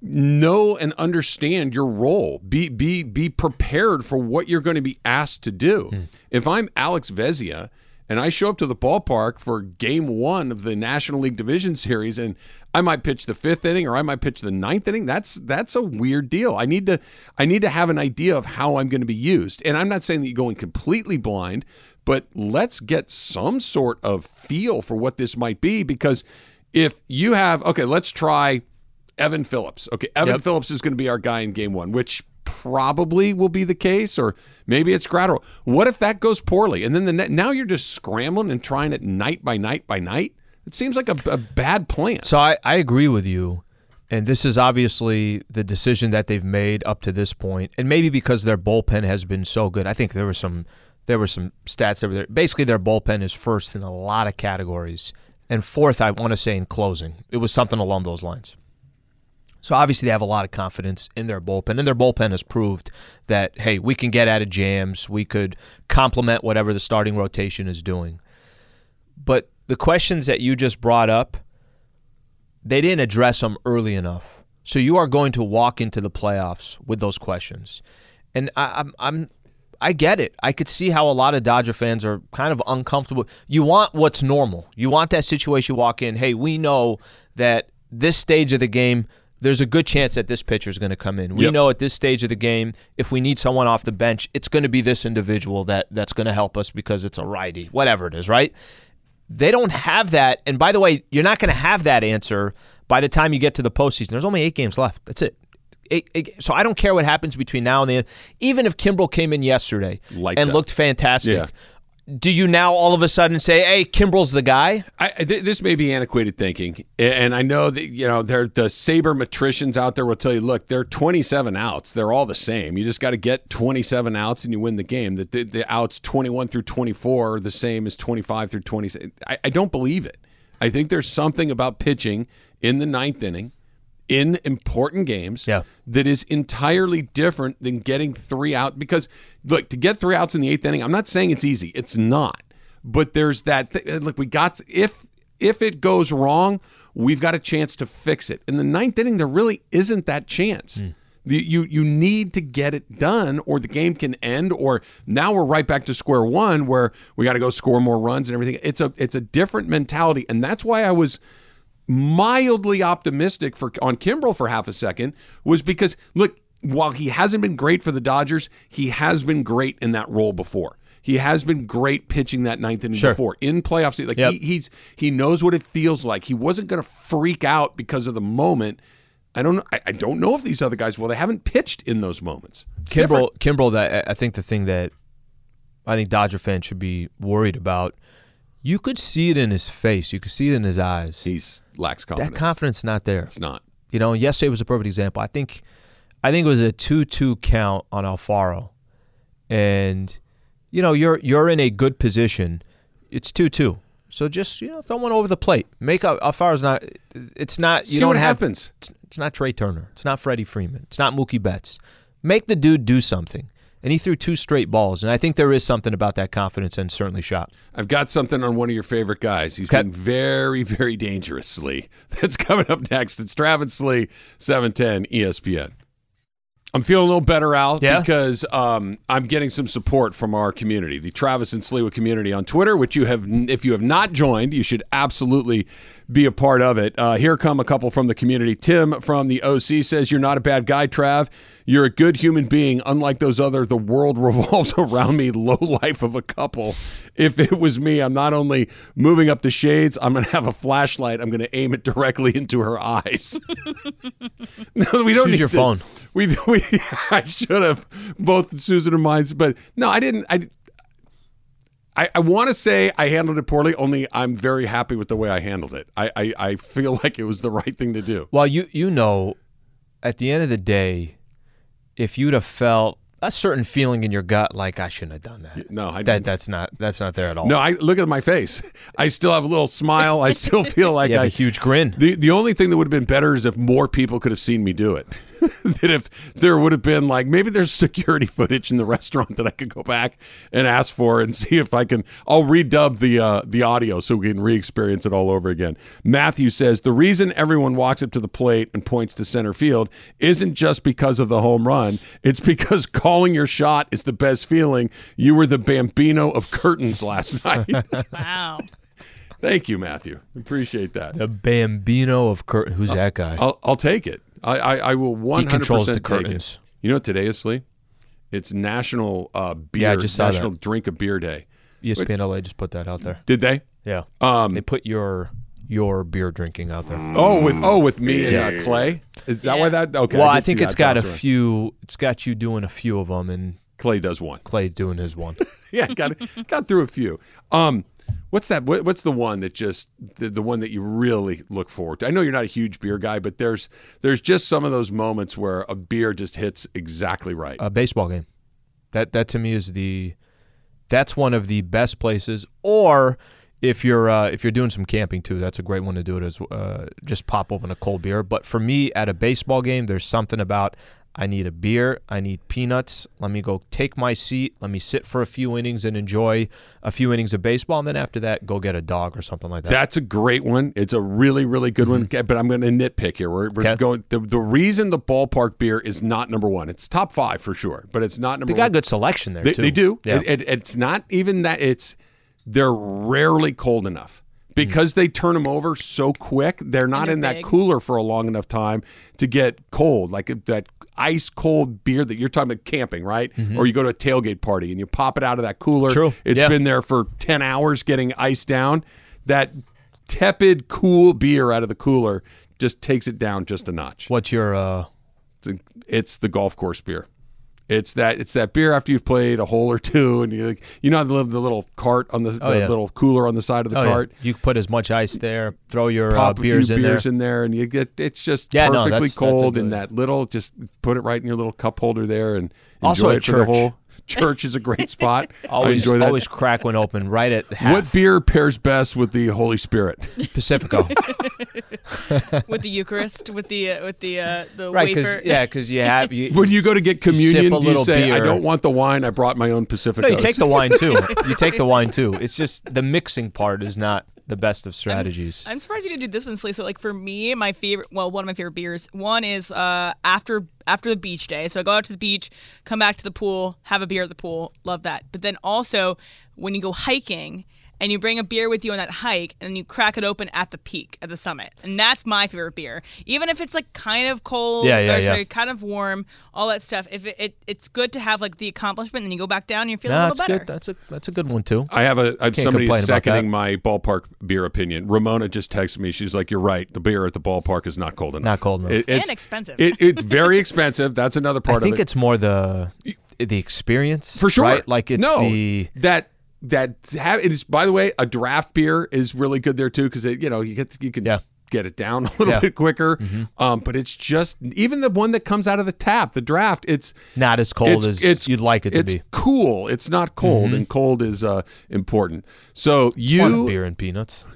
S1: know and understand your role. Be be be prepared for what you're going to be asked to do. If I'm Alex Vezia and I show up to the ballpark for game one of the National League Division Series and I might pitch the fifth inning or I might pitch the ninth inning, that's that's a weird deal. I need to I need to have an idea of how I'm going to be used. And I'm not saying that you're going completely blind, but let's get some sort of feel for what this might be because if you have okay, let's try Evan Phillips. Okay, Evan Phillips is going to be our guy in game one, which probably will be the case, or maybe it's gradual. What if that goes poorly? And then the ne- now you're just scrambling and trying it night by night by night? It seems like a, a bad plan.
S2: So I, I agree with you. And this is obviously the decision that they've made up to this point. And maybe because their bullpen has been so good. I think there were some there were some stats that were there. Basically their bullpen is first in a lot of categories. And fourth, I want to say in closing. It was something along those lines. So obviously they have a lot of confidence in their bullpen, and their bullpen has proved that hey, we can get out of jams. We could complement whatever the starting rotation is doing. But the questions that you just brought up, they didn't address them early enough. So you are going to walk into the playoffs with those questions, and I, I'm I'm I get it. I could see how a lot of Dodger fans are kind of uncomfortable. You want what's normal. You want that situation you walk in. Hey, we know that this stage of the game, there's a good chance that this pitcher is going to come in. We
S1: Yep.
S2: know at this stage of the game, if we need someone off the bench, it's going to be this individual that that's going to help us because it's a righty, whatever it is, right? They don't have that. And by the way, you're not going to have that answer by the time you get to the postseason. There's only eight games left. That's it. Eight, eight- so I don't care what happens between now and then. Even if Kimbrel came in yesterday
S1: Lights
S2: and
S1: out.
S2: looked fantastic,
S1: Yeah.
S2: do you now all of a sudden say, "Hey, Kimbrel's the guy"?
S1: I, I- th- this may be antiquated thinking, a- and I know that you know they're, the sabermetricians out there will tell you, look, they're 27 outs. They're all the same. You just got to get 27 outs and you win the game. That the, the outs 21 through 24 are the same as 25 through 26. I, I don't believe it. I think there's something about pitching in the ninth inning, in important games,
S2: Yeah.
S1: that is entirely different than getting three out. Because look, to get three outs in the eighth inning, I'm not saying it's easy. It's not. But there's that. Th- and look, we got if if it goes wrong, we've got a chance to fix it. In the ninth inning, there really isn't that chance. You, you you need to get it done, or the game can end. Or now we're right back to square one, where we got to go score more runs and everything. It's a it's a different mentality, and that's why I was mildly optimistic for on Kimbrel for half a second was because look, while he hasn't been great for the Dodgers, he has been great in that role before. He has been great pitching that ninth inning before in playoff season. Like
S2: Yep.
S1: he, he's he knows what it feels like. He wasn't going to freak out because of the moment. I don't I, I don't know if these other guys well they haven't pitched in those moments. It's different.
S2: Kimbrel, Kimbrel, that I- I think the thing that I think Dodger fans should be worried about, you could see it in his face, you could see it in his eyes.
S1: he's lacks
S2: that
S1: confidence.
S2: confidence not there.
S1: it's not.
S2: You know, yesterday was a perfect example. I think, I think it was a two-two count on Alfaro, and you know you're you're in a good position. It's two-two, so just you know throw one over the plate. Make up Alfaro's not. It's not. You
S1: See
S2: don't
S1: what
S2: have,
S1: happens.
S2: It's, it's not Trey Turner. It's not Freddie Freeman. It's not Mookie Betts. Make the dude do something. And he threw two straight balls, and I think there is something about that confidence and certainly shot.
S1: I've got something on one of your favorite guys. He's
S2: Okay.
S1: been very, very dangerous, Lee. [laughs] That's coming up next. It's Travis Lee, E 710 ESPN. I'm feeling a little better, Al,
S2: Yeah?
S1: because um, I'm getting some support from our community, the Travis and Sliwa community on Twitter, which you have, if you have not joined, you should absolutely be a part of it. Uh, here come a couple from the community. Tim from the OC says, "You're not a bad guy, Trav. You're a good human being. Unlike those other, the world [laughs] revolves around me. Low life of a couple. If it was me, I'm not only moving up the shades, I'm going to have a flashlight. I'm going to aim it directly [laughs] into her eyes." no, we don't
S2: Use
S1: need
S2: your
S1: to-
S2: phone.
S1: We, [laughs] we I should have both Susan and mine, but no, I didn't. I I, I want to say I handled it poorly. Only I'm very happy with the way I handled it. I, I I feel [laughs] like it was the right thing to do.
S2: Well, you you know, at the end of the day, if you'd have felt a certain feeling in your gut, like I shouldn't have done that.
S1: No, I
S2: that
S1: didn't.
S2: that's not that's not there at all.
S1: No, I look at my face. I still have a little smile. I
S2: [laughs]
S1: still feel like
S2: you have
S1: I
S2: a huge grin.
S1: The the only thing that would have been better is if more people could have seen me do it. [laughs] that if there would have been like maybe there's security footage in the [laughs] restaurant that I could go back and ask for and see if I can. I'll redub the uh, the audio so we can re-experience it all over again. Matthew says the reason everyone walks up to the plate and points to center field isn't just because of the home run. It's because calling your shot is the best feeling. You were the bambino of curtains last [laughs] night.
S4: Wow.
S1: Thank you, Matthew. Appreciate that.
S2: The Bambino of Kurt. Who's that guy?
S1: I'll, I'll take it. I, I, I will 100%
S2: controls the
S1: take
S2: curtains.
S1: It. You know what today is, Slee? It's National uh, Beer,
S2: Yeah, I just saw
S1: National Drink a Beer Day.
S2: E ESPN LA just put that out there.
S1: Did they?
S2: Yeah,
S1: Um,
S2: they put your your beer drinking out there.
S1: Oh, with oh, with me and uh, Clay. Is that why that? Okay.
S2: well,
S1: did
S2: I,
S1: see
S2: think
S1: that
S2: it's got a
S1: bounce around.
S2: few. It's got you doing a few of them, and
S1: Clay does one. [laughs]
S2: Clay doing his one.
S1: yeah, got got through a few. Um, what's that? What, what's the one that just the, the one that you really look forward to? I know you're not a huge beer guy, but there's there's just some of those moments where a beer just hits exactly right.
S2: a baseball game. That that to me is the that's one of the best places. Or if you're uh, if you're doing some camping too, that's a great one to do it. Is uh, just pop open a cold beer. But for me, at a baseball game, there's something about I need a beer, I need peanuts. Let me go take my seat. Let me sit for a few innings and enjoy a few innings of baseball, and then after that, go get a dog or something like that. Mm-hmm.
S1: That's a great one. It's a really, really good one. Okay, But I'm going to nitpick here. We're, we're
S2: Okay.
S1: going. The, the reason the ballpark beer is not number one, it's top five for sure, but it's not number
S2: they got a
S1: one.
S2: good selection there
S1: They,
S2: too.
S1: they do.
S2: Yeah.
S1: It, it- it's not even that. It's they're rarely cold enough
S2: Mm-hmm.
S1: because they turn them over so quick. They're not in that
S4: big.
S1: cooler for a long enough time to get cold, like uh, that ice cold beer that you're talking about camping, right? Or you go to a tailgate party and you pop it out of that cooler.
S2: Mm-hmm. True.
S1: It's
S2: Yeah.
S1: been there for ten hours getting iced down. That tepid, cool beer out of the cooler just takes it down just a notch.
S2: What's your uh,
S1: It's, it's the golf course beer. It's that it's that beer after you've played a hole or two, and you like, you know how the, the little cart on the, the
S2: Oh, yeah.
S1: little cooler on the side of the
S2: oh, yeah.
S1: cart.
S2: You put as much ice there. Throw your uh,
S1: Pop a few
S2: beers in there.
S1: beers in there, and you get it's just
S2: Yeah, no,
S1: perfectly
S2: that's- that's a
S1: cold in
S2: good-
S1: that little. Just put it right in your little cup holder there, and enjoy
S2: Also
S1: it
S2: at
S1: for the
S2: church.
S1: whole. [laughs] Church is a
S2: [laughs]
S1: great spot. I
S2: Always,
S1: enjoy that.
S2: always crack when open right at half.
S1: what beer pairs best with the Holy Spirit?
S2: [laughs]
S4: [laughs]
S2: Pacifico,
S4: with the Eucharist, with the uh, with the uh, the
S2: right?
S4: wafer.
S2: Because yeah, because you have you.
S1: when you go to get
S2: sip
S1: communion,
S2: a
S1: do you
S2: little
S1: say, "I
S2: beer.
S1: don't want the wine. I brought my own Pacifico."
S2: no, you take the wine too. You take the wine too. It's just the mixing part is not the best of strategies.
S4: I'm surprised you didn't do this one, Slee. So, like for me, my favorite, well, one of my favorite beers. One is uh, after after the beach day. So I go out to the beach, come back to the pool, have a beer at the pool. Love that. But then also when you go hiking and you bring a beer with you on that hike and you crack it open at the peak at the summit, and that's my favorite beer. Even if it's like kind of cold,
S2: Yeah, yeah,
S4: or
S2: yeah.
S4: sorry, kind of warm, all that stuff. If it, it it's good to have like the accomplishment, and then you go back down and you're feeling
S2: No,
S4: a
S2: that's
S4: little better.
S2: good. That's a that's a good one too.
S1: I have a I'm somebody
S2: complain about
S1: seconding
S2: that.
S1: my ballpark beer opinion. Ramona just texted me. She's like, "You're right. The beer at the ballpark is not cold enough.
S2: Not cold enough.
S1: It- it's,
S4: And expensive.
S1: It, it's very [laughs] expensive. That's another
S2: I
S1: part
S2: think
S1: of it.
S2: it's more the the experience
S1: for sure.
S2: Right? Like it's
S1: no,
S2: the
S1: that that ha- it is. By the way, a draft beer is really good there too because you know you get you can
S2: Yeah.
S1: get it down [laughs] a little
S2: Yeah. Mm-hmm.
S1: bit quicker. Um, but it's just even the one that comes out of the tap, the draft. It's
S2: not as cold as you'd like it to
S1: it's
S2: be. Mm-hmm.
S1: cool. It's not cold, and cold is uh, important. So
S2: One
S1: you
S2: beer and peanuts.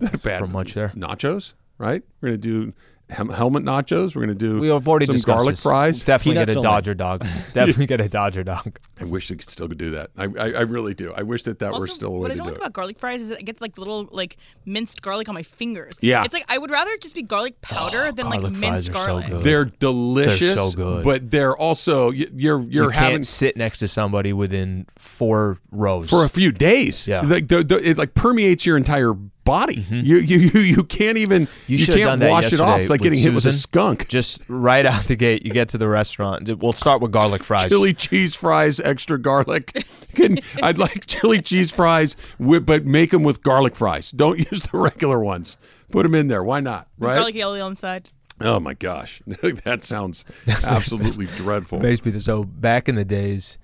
S1: Not bad.
S2: for much there.
S1: Nachos, right? We're gonna do hem- helmet nachos. We're gonna do.
S2: We have already
S1: some
S2: discussed
S1: garlic
S2: this.
S1: fries.
S2: Definitely
S6: Peanuts
S2: get a
S6: only.
S2: Dodger dog. Definitely get a Dodger dog.
S1: I wish we could still do that. I, I, I really do. I wish that that were
S4: Also,
S1: still a
S4: what
S1: way
S4: I
S1: to
S4: don't
S1: do
S4: like
S1: it.
S4: about garlic fries is that I get like little like minced garlic on my fingers.
S1: Yeah.
S4: it's like I would rather it just be garlic powder than like
S2: garlic fries
S4: minced
S2: are so
S4: garlic.
S2: good.
S1: They're delicious,
S2: good.
S1: but they're also y- you're you're
S2: You
S1: having
S2: can't sit next to somebody within four rows.
S1: for a few days.
S2: Yeah. Mm-hmm.
S1: like the, the, it like permeates your entire body. You, you you you can't even you,
S2: You, should have done
S1: can't
S2: that
S1: wash it off. It's
S2: yesterday
S1: like getting hit with a
S2: Susan.
S1: skunk.
S2: Just right [laughs] out the gate, you get to the restaurant. We'll start with garlic fries.
S1: chili cheese fries, extra garlic. [laughs] Can, I'd like chili cheese fries, with, but make them with garlic fries. Don't [laughs] use the regular ones. Put them in there. Why not? Right?
S4: Garlic yellow on the side.
S1: oh my gosh, [laughs] that sounds absolutely dreadful.
S2: Basically, the- so back in the days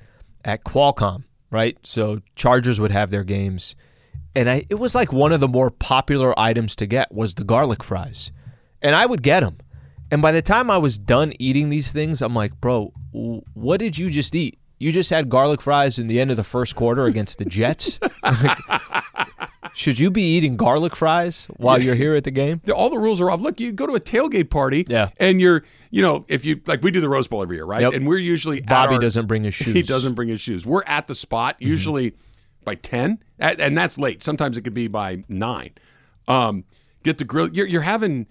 S2: at Qualcomm, right? So Chargers would have their games, and I it was like one of the more popular items to get was the garlic fries, and I would get them. And by the time I was done eating these things, I'm like, bro, w- what did you just eat? You just had garlic fries in the end of the first quarter against the Jets. [laughs] Should you be eating garlic fries while you're here at the game?
S1: the- all the rules are off. Look, you go to a tailgate party,
S2: Yeah.
S1: and you're, you know, if you like, we do the Rose Bowl every year, right?
S2: Yep.
S1: And we're usually at
S2: Bobby
S1: our-
S2: doesn't bring
S1: [laughs]
S2: his
S1: He
S2: shoes. Mm-hmm.
S1: doesn't bring his shoes. We're at the spot usually by ten, a- and that's late. Sometimes it could be by nine. Um, get the grill. You're, you're having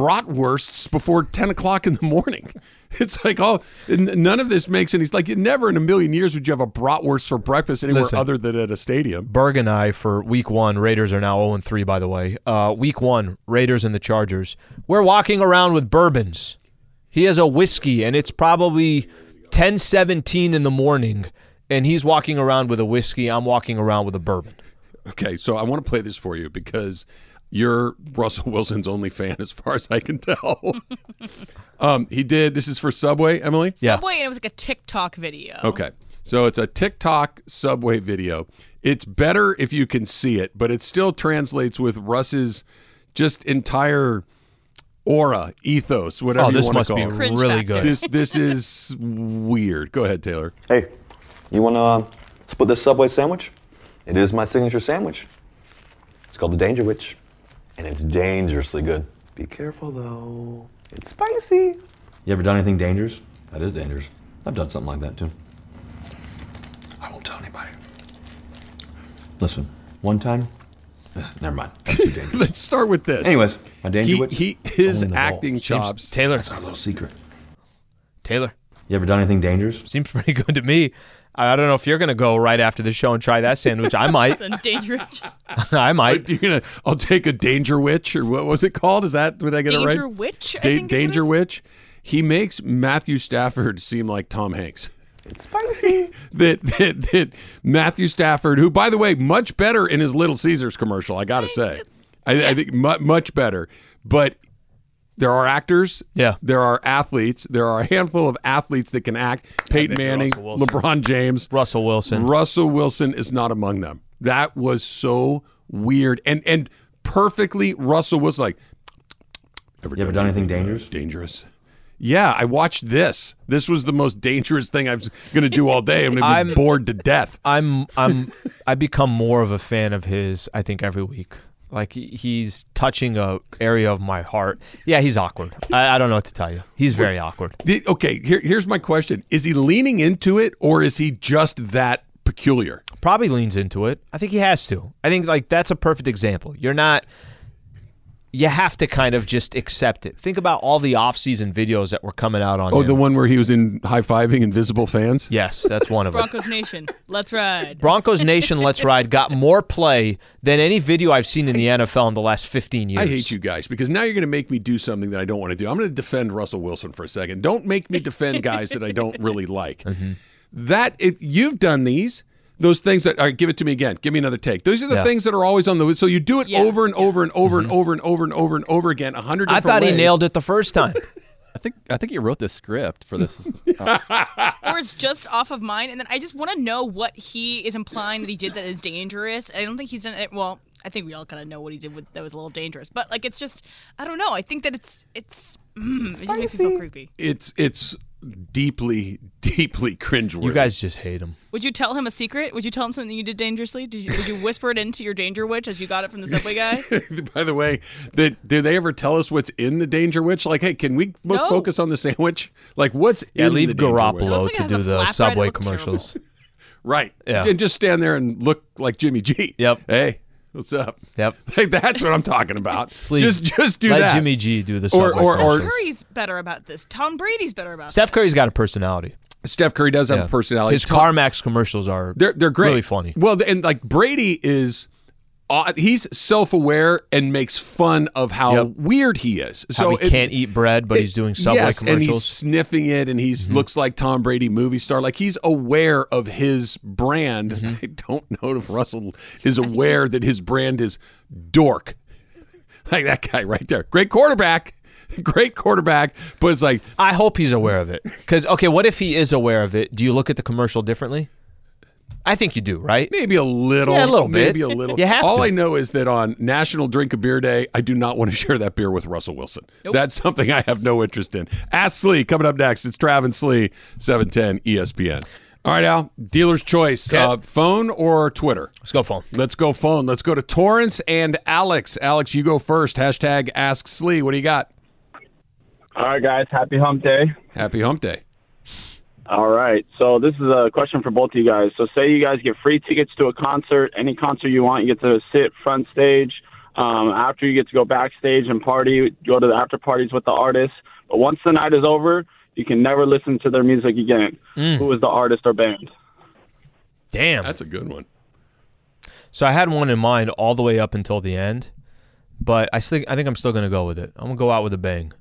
S1: bratwursts before ten o'clock in the morning. [laughs] It's like oh, n- none of this makes any. He's like, never in a million years would you have a bratwurst for breakfast anywhere
S2: Listen.
S1: other than at a stadium.
S2: Berg and I for week one. Raiders are now 0 3, by the way. Uh, week one, Raiders and the Chargers. We're walking around with bourbons. He has a whiskey, and it's probably ten seventeen in the morning, and he's walking around with a whiskey. I'm walking around with a bourbon.
S1: Okay, so I want to play this for you because You're Russell [laughs] Wilson's only fan, as far as I can tell. [laughs] um, he did. This is for Subway, Emily.
S2: Yeah.
S4: Subway, and it was like a TikTok video.
S1: Okay. So it's a TikTok subway video. It's better if you can see it, but it still translates with Russ's just entire aura, ethos, whatever
S2: Oh,
S1: you
S2: this
S1: want
S2: must
S1: to
S2: be
S1: call it.
S4: Cringe
S2: really
S4: factor.
S1: [laughs]
S2: good.
S1: This this is weird. Go ahead, Taylor. [laughs]
S6: Hey, you want to uh, split this Subway sandwich? It is my signature sandwich. It's called the Danger Witch, and it's dangerously good. Be careful though, it's spicy. You ever done anything dangerous? That is dangerous. I've done something like that too. I won't tell anybody. Listen, one time, Ugh, never mind. That's
S1: [laughs]
S6: too dangerous.
S1: Let's start with this.
S6: Anyways, my Danger
S1: he,
S6: Witch.
S1: he
S6: it's
S1: his
S6: only in the vault.
S1: acting chops.
S2: Taylor,
S6: That's our little secret.
S2: Taylor [laughs]
S6: You ever done anything dangerous?
S2: seems pretty good to me. I I don't know if you're gonna go right after the show and try that sandwich. I might.
S4: [laughs] It's a
S1: [laughs]
S4: dangerous
S2: I might.
S1: You're gonna, I'll take a danger witch or what was it called? Is that did I get it
S4: danger
S1: right?
S4: witch. I
S1: Da-
S4: think is what it
S1: danger
S4: is.
S1: witch. He makes Matthew Stafford seem like Tom Hanks. [laughs] that, that that Matthew Stafford, who by the way, much better in his Little Caesars commercial, I gotta say, I, I think mu- much better. But there are actors,
S2: Yeah.
S1: There are athletes. There are a handful of athletes that can act. Peyton Manning,
S2: Russell Wilson.
S1: LeBron James,
S2: Russell Wilson.
S1: Russell Wilson is not among them. That was so weird and and perfectly Russell was like ever,
S6: You ever done anything dangerous?
S1: dangerous. Yeah, I watched this. This was the most dangerous thing I'm going to do all day. [laughs] I'm going to be
S2: I'm-
S1: bored to death.
S2: I'm I'm I become more of a fan of his. I think every week, like he, he's touching a area of my heart. Yeah, he's awkward. I, I don't know what to tell you. He's very awkward.
S1: The- okay, here, here's my question: Is he leaning into it, or is he just that peculiar?
S2: Probably leans into it. I think he has to. I think like that's a perfect example. You're not. You have to kind of just accept it. Think about all the off-season videos that were coming out on.
S1: Oh,
S2: him.
S1: the one where he was in high fiving invisible fans.
S2: Yes, that's one of them.
S4: Broncos Nation.
S1: [laughs]
S4: Let's ride.
S2: Broncos Nation Let's Ride got more play than any video I've seen in the NFL in the last 15 years.
S1: I hate you guys because now you're going to make me do something that I don't want to do. I'm going to defend Russell Wilson for a second. Don't make me defend guys that I don't really
S2: [laughs]
S1: like.
S2: Mm-hmm.
S1: That is, you've done these. Those things that all right, give it to me again. Give me another take. Those are the
S2: Yeah. Mm-hmm.
S1: things that are always on the list. So you do it
S4: Yeah,
S1: over and over and over and over and over and over and over again. A hundred.
S2: I thought he nailed it the first time.
S7: I think I think he wrote the script for
S5: [laughs]
S7: this.
S4: or it's just off of mine. And then I just want to know what he is implying that he did that is dangerous. And I don't think he's done it. Well, I think we all kind of know what he did with, that was a little dangerous. But like, it's just I don't know. I think that it's it's mm, it just makes me feel creepy.
S1: It's it's deeply deeply cringeworthy.
S2: You guys just hate him.
S4: Would you tell him a secret? Would you tell him something you did dangerously? Did you, would you whisper it into your danger witch as you got it from the subway guy?
S1: [laughs] By the way, that do they ever tell us what's in the Danger Witch? Like, hey, can we f-
S4: No.
S1: focus on the sandwich? Like, what's
S2: Yeah,
S1: in
S2: leave
S1: the Danger Witch?
S4: It looks
S2: Garoppolo
S4: like it
S2: to
S4: has
S2: do
S4: a
S2: the
S4: flat bread. It
S2: Subway
S4: looked
S1: [laughs]
S4: terrible.
S2: commercials.
S1: Right.
S2: Yeah.
S1: And just stand there and look like Jimmy G.
S2: Yep.
S1: Hey, what's up?
S2: Yep.
S1: [laughs] Like that's what I'm talking about.
S2: [laughs] Please,
S1: just just do
S2: let
S1: that.
S2: Jimmy G do the
S1: Or- [laughs]
S2: Subway
S1: or- or-
S2: commercials.
S4: Curry's better about this. Tom Brady's better about
S2: Steph Curry's got a personality.
S1: Steph Curry does have
S2: Yeah.
S1: a personality.
S2: His
S1: Tom-
S2: CarMax commercials are
S1: They're they're great.
S2: Really funny.
S1: Well, th- and like Brady is uh, he's self-aware and makes fun of how
S2: Yep.
S1: weird he is.
S2: How
S1: So
S2: he
S1: it-
S2: can't eat bread, but he's doing Subway
S1: yes, and he's
S2: commercials. Mm-hmm.
S1: sniffing it, and he looks like Tom Brady movie star. Like he's aware of his brand.
S2: Mm-hmm.
S1: [laughs] I don't know if Russell is aware that his brand is dork. [laughs] like that guy right there, great quarterback, [laughs] great quarterback, but it's like
S2: I hope he's aware of it. Because okay, what if he is aware of it? Do you look at the commercial differently? I think you do, right?
S1: maybe a little,
S2: Yeah, a little bit.
S1: maybe a little.
S2: You have
S1: All
S2: to.
S1: I know is that on National Drink a Beer Day, I do not want to [laughs] share that beer with Russell Wilson. That's something I have no interest in. Ask Slee coming up next. It's Travis Slee, seven ten E ESPN. All right, Al. Dealer's choice:
S2: Yeah.
S1: uh, phone or Twitter.
S2: Let's go phone.
S1: Let's go phone. Let's go to Torrance and Alex. Alex, you go first. Hashtag Ask Slee. What do you got?
S8: All right, guys. Happy hump day.
S1: Happy Hump Day.
S8: All right. So, this is a question for both of you guys. So, say you guys get free tickets to a concert, any concert you want, you get to sit front stage. Um, after you get to go backstage and party, go to the after parties with the artists. But once the night is over, you can never listen to their music again. Who is the artist or band?
S2: Damn.
S1: That's a good one.
S2: So I had one in mind all the way up until the end, but I think I think I'm still gonna go with it. I'm gonna go out with a bang.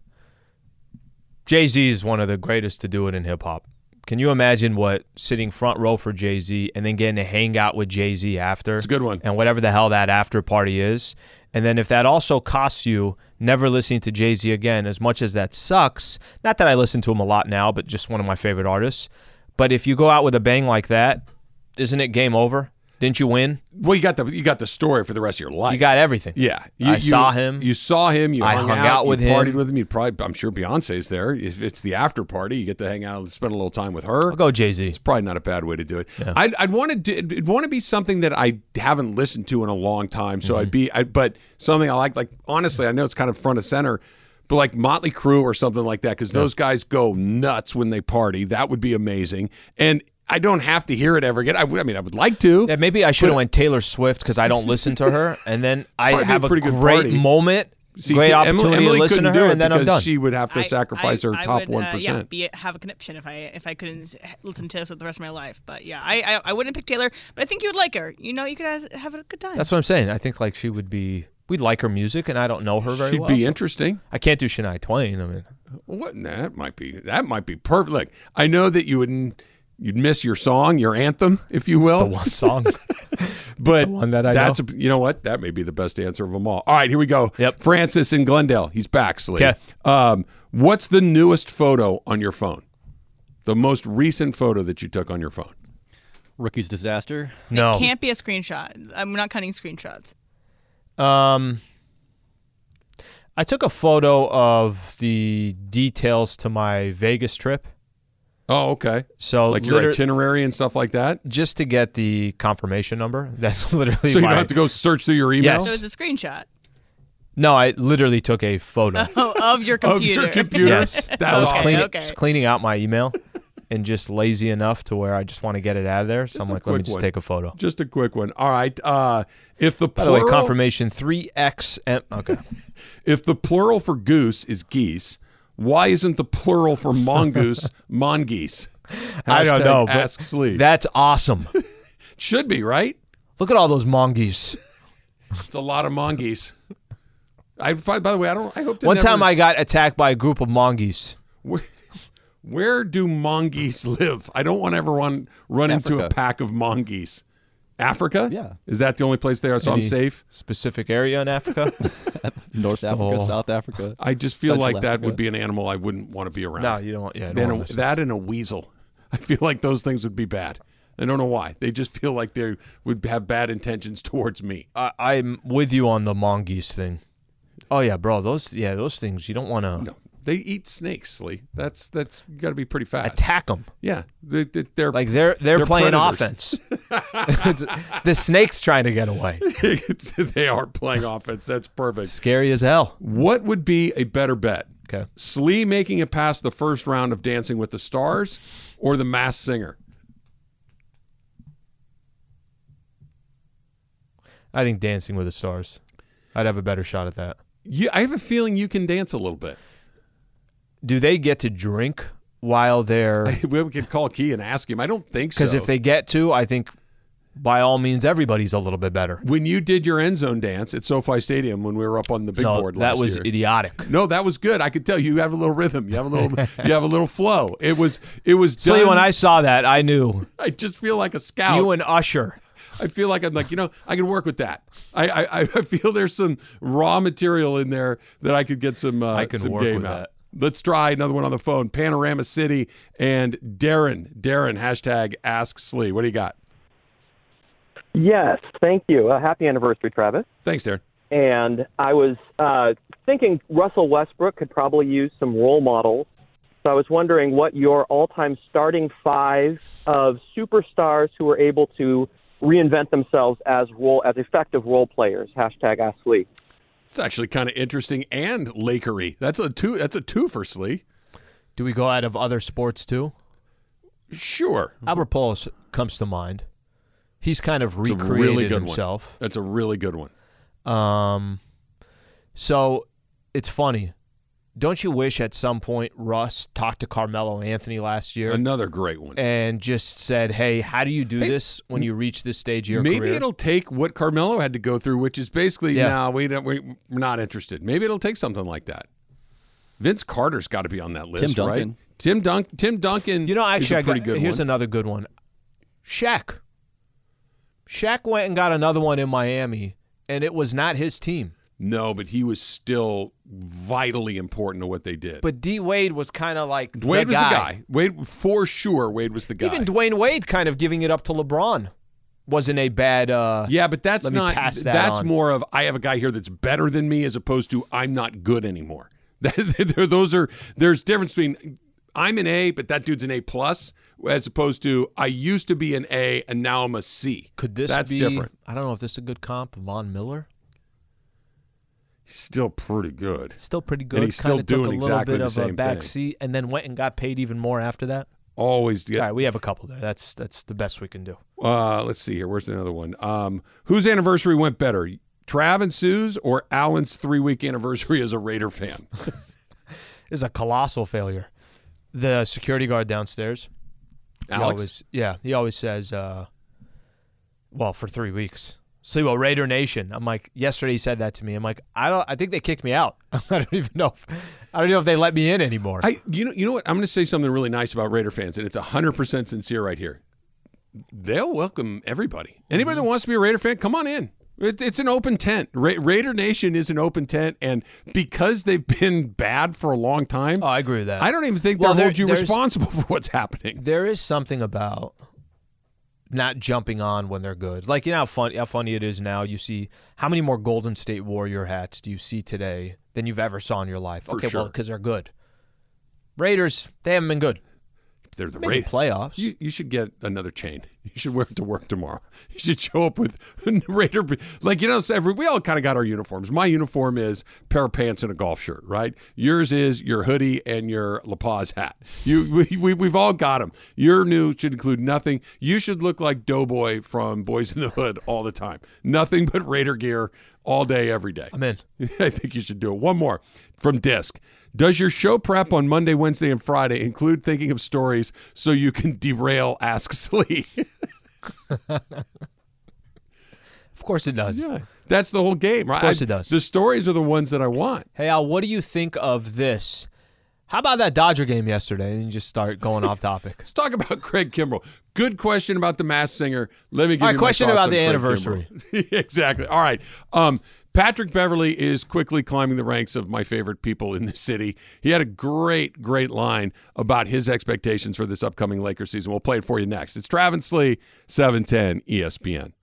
S2: Jay Z is one of the greatest to do it in hip hop. Can you imagine what sitting front row for Jay Z and then getting to hang out with Jay Z after? It's
S1: a good one.
S2: And whatever the hell that after party is, And then if that also costs you never listening to Jay Z again, as much as that sucks, not that I listen to him a lot now, but just one of my favorite artists. But if you go out with a bang like that, isn't it game over? Didn't you win?
S1: Well, you got the you got the story for the rest of your life.
S2: You got everything.
S1: Yeah,
S2: I saw him.
S1: You saw him. You
S2: I
S1: hung,
S2: hung
S1: out,
S2: out with
S1: you
S2: him.
S1: Partied with him. You probably. I'm sure Beyonce's there. If it's the after party, you get to hang out and spend a little time with her.
S2: I'll go Jay Z.
S1: It's probably not a bad way to do it. I'd, I'd want to do. It'd want to be something that I haven't listened to in a long time.
S2: Mm-hmm.
S1: So I'd be. I, but something I like. Like honestly, I know it's kind of front of center. But like Motley Crue or something like that, because those guys go nuts when they party. That would be amazing. And I don't have to hear it ever again. I, w- I mean, I would like to.
S2: Yeah, maybe I should have went Taylor Swift because I don't listen to her,
S1: [laughs]
S2: and then I
S1: Probably be a
S2: have a,
S1: pretty good
S2: great
S1: party.
S2: moment,
S1: See,
S2: great
S1: Tim-
S2: opportunity
S1: Emily, Emily
S2: to listen to
S1: couldn't
S2: her,
S1: do it
S2: and then I'm
S1: because
S2: done.
S1: she would have to
S4: I-
S1: sacrifice
S4: I-
S1: her
S4: I
S1: top
S4: would,
S1: one
S4: uh, yeah, be have a conniption if I if I couldn't s- listen to this for the rest of my life. But yeah, I, I I wouldn't pick Taylor, but I think you would like her. You know, you could has, have a good time.
S2: That's what I'm saying. I think like she would be. We'd like her music, and I don't know her very
S1: She'd
S2: well.
S1: be
S2: so-
S1: interesting.
S2: I can't do Shania Twain. I mean,
S1: What? nah, That might be. That might be perfect. Look, I know that you wouldn't. You'd miss your song, your anthem, if you will.
S2: the
S1: [laughs]
S2: one song. [laughs]
S1: but
S2: one that I
S1: that's A, you know what that may be the best answer of them all. All right, here we go.
S2: Yep.
S1: Francis in Glendale, he's back. Slee.
S2: 'Kay.
S1: Um, what's the newest photo on your phone? The most recent photo that you took on your phone.
S7: Rookie's disaster.
S2: no.
S4: Can't be a screenshot. I'm not cutting screenshots.
S2: Um, I took a photo of the details to my Vegas trip.
S1: Oh, okay.
S2: So
S1: Like your
S2: liter-
S1: itinerary and stuff like that.
S2: just to get the confirmation number. [laughs] That's literally.
S1: So you
S2: my-
S1: don't have to go search through your email.
S2: Yes.
S4: So it's a screenshot [laughs]
S2: No, I literally took
S1: [laughs]
S2: a photo.
S4: oh, of your computer.
S1: Of your computer.
S2: Yes.
S1: That's
S2: was
S4: Okay,
S1: awesome.
S2: cleaning,
S4: okay.
S2: just cleaning out my email [laughs] and just lazy enough to where I just want to get it out of there. So I'm
S1: a
S2: like, let me
S1: quick
S2: just
S1: one.
S2: take a photo.
S1: Just a quick one. All right. Uh, if the
S2: By
S1: plural,
S2: the way, confirmation 3X. Okay.
S1: if the plural for goose is geese, why isn't the plural for
S2: [laughs]
S1: mongoose mongoose?
S2: I
S1: [laughs]
S2: don't
S1: Hashtag
S2: know. but
S1: Ask Slee. That
S2: That's awesome. [laughs]
S1: should be right.
S2: Look at all
S1: [laughs]
S2: those mongoose.
S1: It's a lot of mongoose. I by the way, I don't. I hope to
S2: One
S1: never-
S2: time I got attacked by a group of mongoose.
S1: [laughs] Where, where do mongoose live? I don't want everyone run into a
S7: Africa.
S1: pack of mongoose. Africa?
S7: Yeah.
S1: Is that the only place they are? So I'm
S2: Any
S1: safe.
S2: Specific area
S1: [laughs]
S2: in Africa. [laughs]
S7: North Africa,
S2: all-
S7: South Africa.
S1: I just feel
S7: Central
S1: like that
S7: Africa.
S1: would be an animal I wouldn't want to be around.
S2: no, you don't. Yeah, I don't
S1: Then
S2: wanna
S1: a,
S2: miss it.
S1: that and a weasel. [laughs] I feel like those things would be bad. I don't know why. They just feel like they would have bad intentions towards me. Uh,
S2: I, I'm with you on the mongoose thing. Oh yeah, bro. Those yeah, those things you don't want to
S1: No, they eat snakes, Lee. That's that's you got to be pretty fast.
S2: attack them.
S1: yeah, they, they, they're
S2: Like they're they're,
S1: They're
S2: playing
S1: predators.
S2: [laughs] offense. the snake's trying to get away.
S1: [laughs] It's- they are playing offense. That's perfect.
S2: Scary as hell.
S1: [laughs] What would be a better bet?
S2: Okay.
S1: Slee making it past the first round of Dancing with the Stars, or The Mass Singer?
S2: I think Dancing with the Stars. I'd have a better shot at that.
S1: Yeah, I have a feeling you can dance a little bit. [laughs]
S2: Do they get to drink while they're?
S1: We could call Key and ask him. I don't think so.
S2: Because if they get to, I think by all means everybody's a little bit better.
S1: when you did your end zone dance at SoFi Stadium when we were up on the big
S2: No,
S1: board
S2: that
S1: last
S2: was
S1: year.
S2: idiotic.
S1: No, that was good. I could tell you have a little rhythm. You have a
S2: [laughs]
S1: little you have a little flow. It was it was done.
S2: See, when I saw that, I knew
S1: I just feel like a scout.
S2: you and Usher.
S1: I feel like I'm like, you know, I can work with that. I I, I- I feel there's some raw material in there that I could get some uh,
S2: I can
S1: some
S2: work
S1: game
S2: with
S1: out.
S2: that.
S1: Let's try another one on the phone. Panorama City and Darren. Darren, hashtag ask Slee. What do you got?
S9: Yes, thank you. Uh, happy anniversary, Travis.
S1: Thanks, Darren.
S9: And I was uh, thinking Russell Westbrook could probably use some role models. So I was wondering what your all time starting five of superstars who were able to reinvent themselves as role as effective role players. Hashtag Ask Lee.
S1: It's actually kind of interesting and Lakery. That's a two that's a two for Slee.
S2: Do we go out of other sports too?
S1: Sure.
S2: Albert Pujols comes to mind. He's kind of
S1: It's a
S2: recreated
S1: really good
S2: himself.
S1: one. That's a really good one.
S2: Um, so it's funny. Don't you wish at some point Russ talked to Carmelo Anthony last year
S1: Another great one.
S2: and just said, "Hey, how do you do this when you reach this stage of your
S1: Maybe
S2: career?"
S1: it'll take what Carmelo had to go through, which is basically,
S2: Yeah.
S1: now we don't, we, we're not interested. Maybe it'll take something like that. Vince Carter's got to be on that list, right?
S7: Duncan.
S1: Tim Duncan. Tim Duncan.
S2: you know,
S1: is
S2: actually,
S1: a
S2: I
S1: pretty
S2: got,
S1: good
S2: here's
S1: one.
S2: another good one. Shaq. Shaq went and got another one in Miami, and it was not his team.
S1: No, but he was still vitally important to what they did.
S2: But D Wade was kind of like
S1: Wade was the guy. Wade for sure. Wade was the guy.
S2: Even Dwayne Wade kind of giving it up to LeBron wasn't a bad. Uh,
S1: yeah, but that's
S2: let me
S1: not.
S2: pass that
S1: that's
S2: on.
S1: more of I have a guy here that's better than me, as opposed to I'm not good anymore. [laughs] That- there- Those are there's difference between I'm an A, but that dude's an A plus, as opposed to I used to be an A and now I'm a C.
S2: Could this
S1: that's
S2: be?
S1: different?
S2: I don't know if this is a good comp. Von Miller
S1: Still pretty good.
S2: still pretty good.
S1: And he's still
S2: kinda took
S1: doing
S2: a little
S1: exactly
S2: bit
S1: the
S2: of
S1: same
S2: a back
S1: thing.
S2: seat, and then went and got paid even more after that.
S1: Always get
S2: All right, we have a couple there. That's that's the best we can do.
S1: Uh, let's see here. Where's another one? Um, whose anniversary went better, Trav and Sue's or Alan's three week anniversary as a Raider fan?
S2: This is a colossal failure. The security guard downstairs. he
S1: Alex?
S2: always- yeah, he always says, uh, "Well, for three weeks." So, well, Raider Nation. I'm like, yesterday he said that to me. I'm like, I don't. I think they kicked me out. [laughs] I don't even know. If, I don't know if they let me in anymore.
S1: I you know you know what? I'm going to say something really nice about Raider fans, and it's 100 percent sincere right here. They'll welcome everybody. Anybody
S2: Mm-hmm.
S1: that wants to be a Raider fan, come on in. It, it's an open tent. Ra- Raider Nation is an open tent, and because they've been bad for a long time,
S2: oh, I agree with that.
S1: I don't even think
S2: Well,
S1: they'll
S2: there-
S1: hold you
S2: there's-
S1: responsible [laughs] for what's happening.
S2: There is something about not jumping on when they're good. Like you know how fun how funny it is now. You see how many more Golden State Warrior hats do you see today than you've ever saw in your life?
S1: For
S2: okay,
S1: sure.
S2: well, because they're good. Raiders, they haven't been good.
S1: They're the
S2: Made the
S1: Raiders.
S2: playoffs.
S1: You, you should get another chain. [laughs] You should wear it to work tomorrow. [laughs] You should show up with [laughs] Raider, like you know. so Every, we all kind of got our uniforms. My uniform is pair of pants and a golf shirt, right? Yours is your hoodie and your La Paz hat. You, [laughs] we, we, we've all got them. Your new should include nothing. You should look like Doughboy from Boys in the Hood all the time. Nothing but Raider gear all day, every day.
S2: I'm in.
S1: [laughs] I think you should do it. One more from Disc. Does your show prep on Monday, Wednesday, and Friday include thinking of stories so you can derail Ask Slee? [laughs]
S2: Of course it does.
S1: That's the whole game, right? Of
S2: course it does.
S1: The stories are the ones that I want.
S2: Hey Al, what do you think of this? How about that Dodger game yesterday? And you just start going
S1: [laughs]
S2: off topic.
S1: Let's talk about Craig Kimbrell. Good question about the mass singer. Let me give
S2: All right,
S1: you my
S2: question
S1: thoughts
S2: about
S1: on
S2: the
S1: Craig
S2: anniversary.
S1: Kimbrell. [laughs] exactly. All right. Um, Patrick Beverly is quickly climbing the ranks of my favorite people in the city. He had a great, great line about his E expectations for this upcoming Lakers season. We'll play it for you next. It's Travis Lee, 710 ESPN.